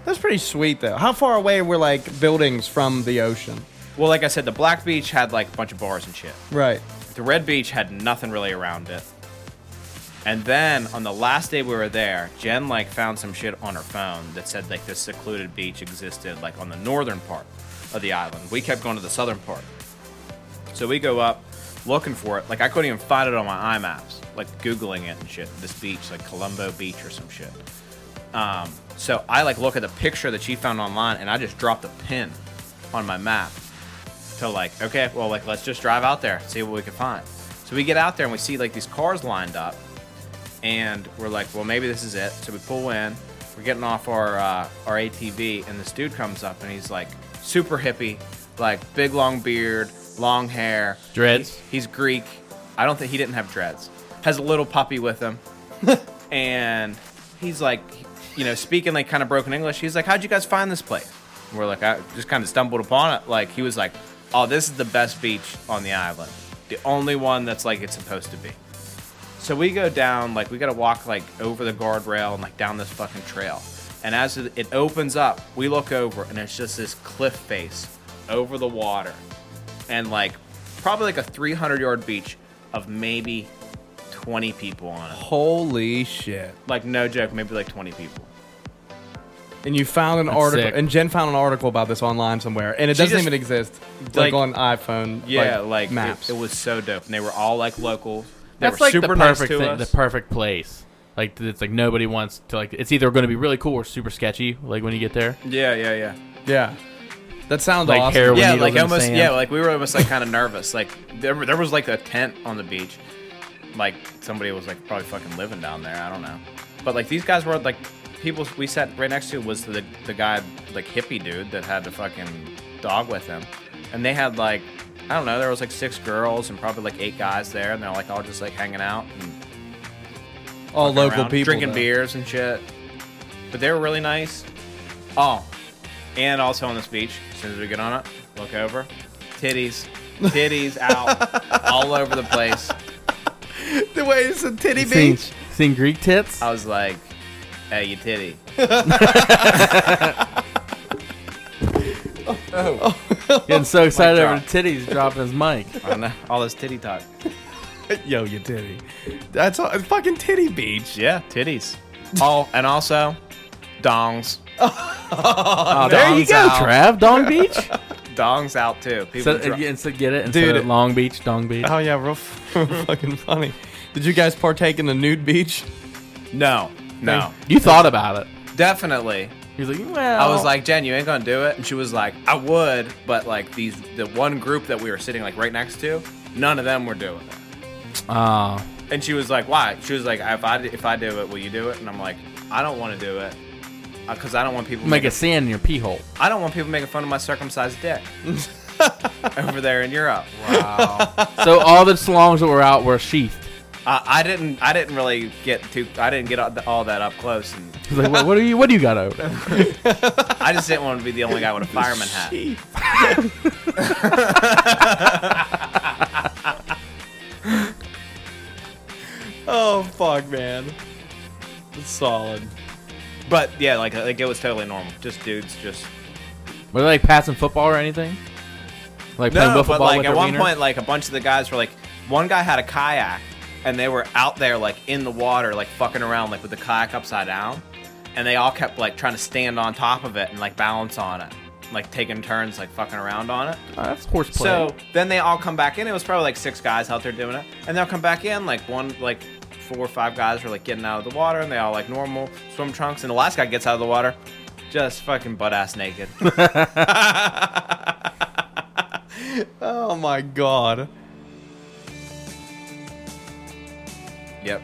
That's pretty sweet though. How far away were like buildings from the ocean?
Well, like I said, the Black Beach had like a bunch of bars and shit.
Right.
The Red Beach had nothing really around it. And then on the last day we were there, Jen like found some shit on her phone that said like this secluded beach existed like on the northern part of the island. We kept going to the southern part. So we go up looking for it. Like I couldn't even find it on my iMaps. Like googling it and shit. This beach, like Colombo Beach or some shit. Um, so I like look at the picture that she found online and I just dropped a pin on my map to like, okay, well, like let's just drive out there, see what we can find. So we get out there and we see like these cars lined up, and we're like, well, maybe this is it. So we pull in, we're getting off our uh, our ATV, and this dude comes up and he's like super hippie, like big long beard, long hair,
Dreads?
He- he's Greek. I don't think he didn't have dreads. Has a little puppy with him, and he's like, you know, speaking like kind of broken English. He's like, "How'd you guys find this place?" And we're like, "I just kind of stumbled upon it." Like he was like, "Oh, this is the best beach on the island, the only one that's like it's supposed to be." So we go down, like we got to walk like over the guardrail and like down this fucking trail. And as it it opens up, we look over and it's just this cliff face over the water, and like probably like a 300 yard beach of maybe 20 people on it
Holy shit.
like no joke, maybe like 20 people.
And you found an article,
sick.
and Jen found an article about this online somewhere, and it
She
doesn't
just-
even exist. Like,
like-
on iPhone,
Yeah, like, it-
maps.
It, was so dope, and they were all like local. They
That's
were
like
super
the
nice
perfect
to
thing-
us.
the perfect place. Like it's like nobody wants to like. It's either going to be really cool or super sketchy. Like when you get there,
yeah, yeah, yeah.
Yeah. That sounds
Like
awesome.
heroin.
yeah,
needles
like
in the
almost.
sand.
Yeah, like we were almost like kind of nervous. Like there, there was like a tent on the beach. Like somebody was like probably fucking living down there. I don't know. But like these guys were like people we sat right next to was the the guy like hippie dude that had the fucking dog with him, and they had like I don't know. There was like six girls and probably like eight guys there, and they're like all just like hanging out and
All local
around,
people.
drinking
though.
beers and shit. But they were really nice. Oh, and also on this beach, as soon as we get on it, look over, titties, titties out all over the place.
The way it's a titty
seen,
beach.
seen Greek tits.
I was like, "Hey, you titty."
Getting so excited over
drop.
the titties dropping his mic.
I know, all this titty talk.
Yo, you titty. That's all, it's fucking titty beach.
Yeah, titties. Oh, and also, dongs. oh,
Uh, there you
dongs
go,
out.
Trav. Dong Beach.
Dongs out too. People.
so,
dro-
instead, get it instead
Dude.
of Long Beach, Dong Beach.
Oh yeah, real f- fucking funny. Did you guys partake in the nude beach?
no, no,
You thought about it.
definitely.
He was like, well,
I was like, Jen, you ain't gonna do it. And she was like, I would, but like these, the one group that we were sitting like right next to, none of them were doing it.
oh,
And she was like, why? She was like, if I if I do it, will you do it? And I'm like, I don't want to do it because I don't want people
make
making
a sand in your pee hole.
I don't want people making fun of my circumcised dick over there in Europe.
so all the salons that were out were sheathed.
I, I didn't I didn't really get too I didn't get all, all that up close, and
He's like, what, what do you? What do you got over? there?
I just didn't want to be the only guy with a fireman hat.
Oh fuck, man. It's solid.
But yeah, like like it was totally normal. Just dudes, just
Were they like passing football or anything? Like playing
No,
wiffle
but
ball
like
with
at
their
one
wiener?
point, like a bunch of the guys were like, one guy had a kayak, and they were out there like in the water, like fucking around, like with the kayak upside down, and they all kept like trying to stand on top of it and like balance on it, like taking turns, like fucking around on it.
Oh, that's horseplay.
So then they all come back in. It was probably like six guys out there doing it, and they'll come back in like one like four or five guys are like getting out of the water, and they all like normal swim trunks, and the last guy gets out of the water, just fucking butt ass naked.
Oh my god.
yep.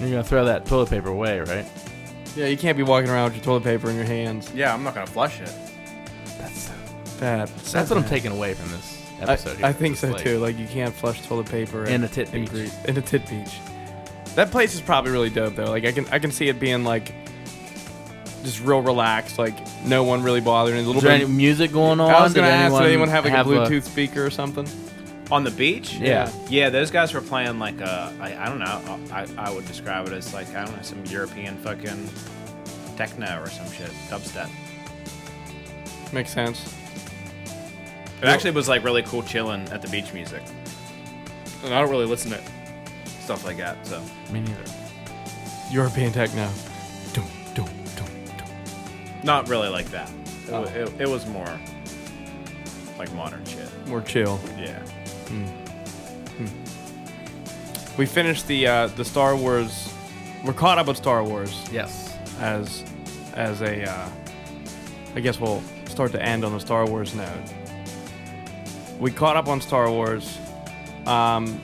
you're gonna throw that toilet paper away, right?
Yeah, you can't be walking around with your toilet paper in your hands.
Yeah, I'm not gonna flush it.
That's
That
that's what I'm taking away from this
I,
episode. here.
I think
It's
so
like-
too. Like you can't flush toilet paper
In
at-
a tit
in
beach.
Greece- In a tit beach. That place is probably really dope though. Like I can I can see it being like just real relaxed, like no one really bothering. A little
Is there any
bit.
music going on?
I was gonna
Did
ask, did anyone have like
have
a Bluetooth speaker or something?
On the beach?
Yeah.
Yeah, those guys were playing like a, I, I don't know, I, I would describe it as like, I don't know, some European fucking techno or some shit, dubstep.
Makes sense.
It actually was like really cool chilling at the beach music,
And I don't really listen to it.
stuff like that. So,
Me neither.
European techno.
not really like that. It, wa- it, it was more like modern shit.
More chill.
Yeah.
We finished the uh, the Star Wars. We're caught up with Star Wars
Yes.
as as a. Uh, I guess we'll start to end on the Star Wars note. We caught up on Star Wars. Um,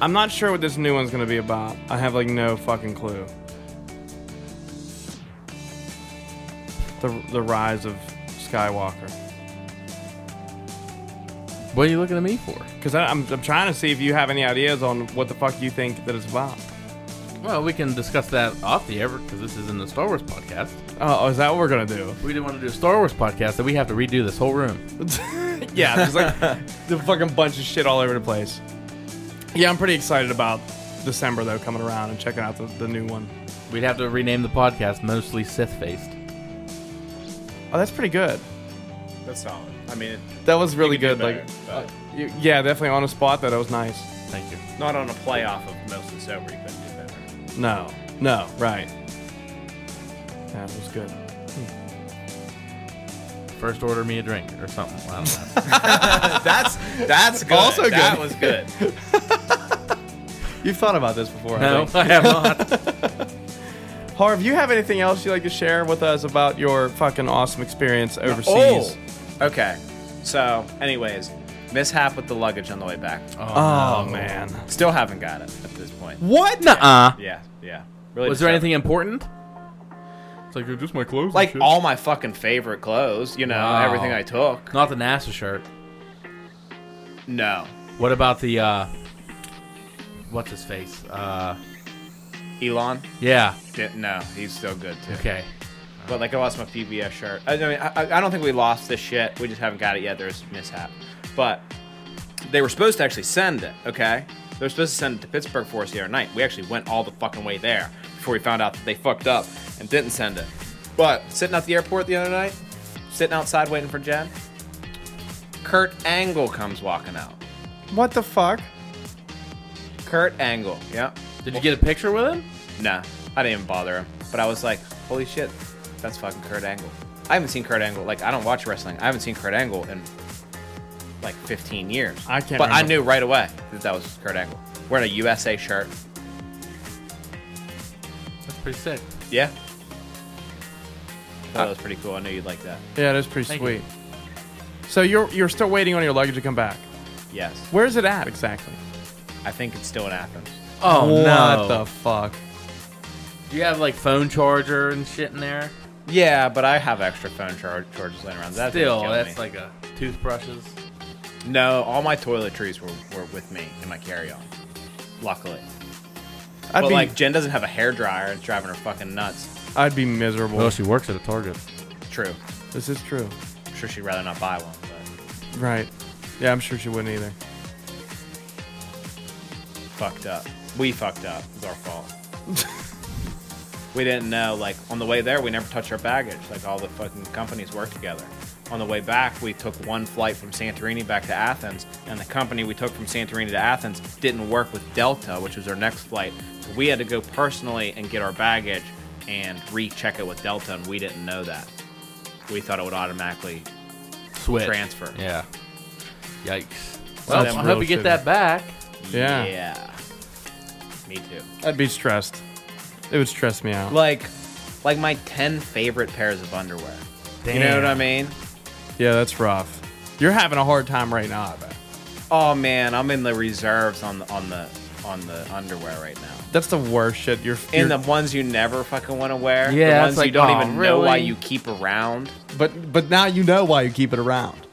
I'm not sure what this new one's gonna be about. I have like no fucking clue. The the rise of Skywalker.
What are you looking at me for?
Because I'm, I'm trying to see if you have any ideas on what the fuck you think that it's about.
Well, we can discuss that off the air because this isn't a Star Wars podcast.
Oh, is that what we're gonna do?
We didn't want to do a Star Wars podcast, so we have to redo this whole room.
Yeah, there's like the fucking bunch of shit all over the place. Yeah, I'm pretty excited about December though coming around and checking out the, the new one.
We'd have to rename the podcast mostly Sith faced.
Oh, that's pretty good.
That's solid. I mean, it,
That was really
you
good.
could do
Like,
better,
y- yeah, definitely on a spot though. That was nice.
Thank you.
but not on a playoff of mostly sober, you couldn't do better.
No, no, right. That was good.
First order me a drink or something. I don't know.
That's that's good.
Also good.
That was good.
You've thought about this before. I
no,
think.
I have not.
Harv, you have anything else you'd like to share with us about your fucking awesome experience overseas?
Oh, okay. So, anyways, mishap with the luggage on the way back.
Oh, man.
Still haven't got it at this point.
What? Nuh-uh.
Yeah, yeah. Really
Was there
disturbing.
anything important? It's like just my clothes.
like all my fucking favorite clothes? You know,
Wow.
everything I took.
not the NASA shirt.
No,
What about the uh what's his face? Uh
Elon.
yeah.
Didn't, no, he's still good too.
Okay.
But like, I lost my PBS shirt. I, I mean, I, I- I don't think we lost this shit. We just haven't got it yet. There's mishap, but they were supposed to actually send it. Okay, they were supposed to send it to Pittsburgh for us the other night. We actually went all the fucking way there before we found out that they fucked up and didn't send it. But sitting at the airport the other night, sitting outside waiting for Jen, Kurt Angle comes walking out.
What the fuck?
Kurt Angle. Yeah.
Did you get a picture with him?
Nah, I didn't even bother him. But I was like, holy shit, that's fucking Kurt Angle. I haven't seen Kurt Angle. Like, I don't watch wrestling. I haven't seen Kurt Angle in like 15 years.
I can't
But I
remember.
knew right away that that was Kurt Angle. Wearing a USA shirt.
That's pretty sick.
Yeah. Thought that was pretty cool. I knew you'd like that.
Yeah, that's pretty
Thank
sweet. So you're you're still waiting on your luggage to come back.
Yes.
Where is it at exactly?
I think it's still in Athens.
Oh
what the fuck?
Do you have like phone charger and shit in there?
Yeah, but I have extra phone char- charges laying around. That
Still,
thing's killing
that's
me.
like a toothbrushes.
no. All my toiletries were, were with me in my carry-on. Luckily,
I'd
but
be
like Jen doesn't have a hair dryer. It's driving her fucking nuts.
I'd be miserable.
she works at a Target.
True.
This is true.
I'm sure she'd rather not buy one. But
Right. Yeah, I'm sure she wouldn't either.
fucked up. We fucked up. It's our fault. we didn't know. Like on the way there, we never touched our baggage. Like all the fucking companies work together. On the way back, we took one flight from Santorini back to Athens, and the company we took from Santorini to Athens didn't work with Delta, which was our next flight. So we had to go personally and get our baggage and recheck it with Delta, and we didn't know that. We thought it would automatically.
Switch.
Transfer.
Yeah. Yikes. Well,
that's
I
real
hope you get
shitty.
that back.
Yeah.
Yeah. Me too.
I'd be stressed. It would stress me out.
like like my 10 favorite pairs of underwear you know what i mean
Yeah, that's rough. You're having a hard time right now. I bet.
oh man i'm in the reserves on the on the on the underwear right now
That's the worst shit. You're
in
you're-
the ones you never fucking want to wear
Yeah,
the
it's
ones
like,
you don't
"Aw,
even know why
really?"
you keep around
but but now you know why you keep it around.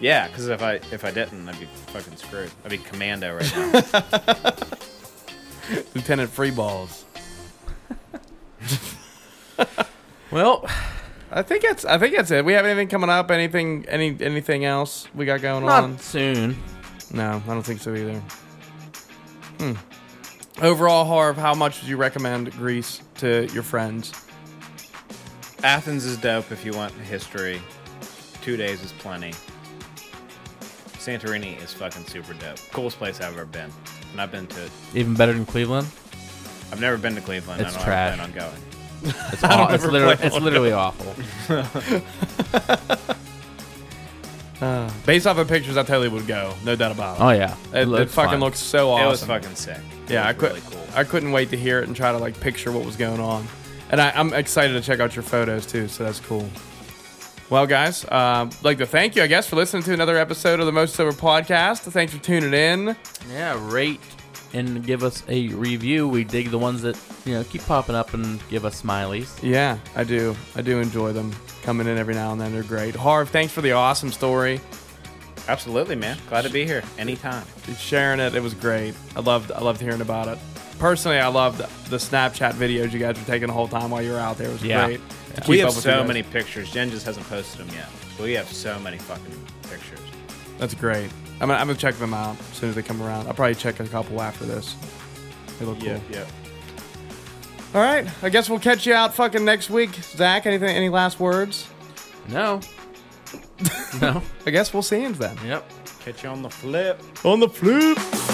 yeah because if i if i didn't i'd be fucking screwed i'd be commando right now
Lieutenant Free Balls.
Well,
I think that's I think that's it. We have anything coming up? Anything any anything else we got going on?
not soon.
No, I don't think so either. Hmm. Overall, Harv, how much would you recommend Greece to your friends?
athens is dope if you want history two days is plenty santorini is fucking super dope coolest place i've ever been and i've been to
Even better than Cleveland.
i've never been to cleveland
It's
i don't
trash.
plan on going
It's, aw- it's, literally, it's literally awful.
Based off of pictures, I totally would go. No doubt about it.
Oh yeah,
It, it fucking
fun.
looks so awesome.
It was fucking sick. It
yeah, I
was
could
really cool.
I couldn't wait to hear it and try to like picture what was going on. And I, I'm excited to check out your photos too, so that's cool. Well, guys, uh, like to thank you, I guess, for listening to another episode of the Most Sober Podcast. Thanks for tuning in.
Yeah, rate and give us a review. We dig the ones that you know keep popping up and give us smileys.
Yeah, I do. I do enjoy them coming in every now and then. They're great. Harv, thanks for the awesome story.
Absolutely, man. Glad to be here. Anytime.
Sharing it, it was great. I loved. I loved hearing about it. Personally, I loved the Snapchat videos you guys were taking the whole time while you were out there. It was
Yeah.
great. to keep
we
up
have
with you
so
guys.
many pictures. Jen just hasn't posted them yet. We have so many fucking pictures.
That's great. I'm gonna, I'm gonna check them out as soon as they come around. I'll probably check a couple after this. They look cool.
yeah.
All right. I guess we'll catch you out fucking next week. Zach, anything? Any last words?
No, no,
I guess we'll see you then.
yep.
Catch you on the flip.
On the flip.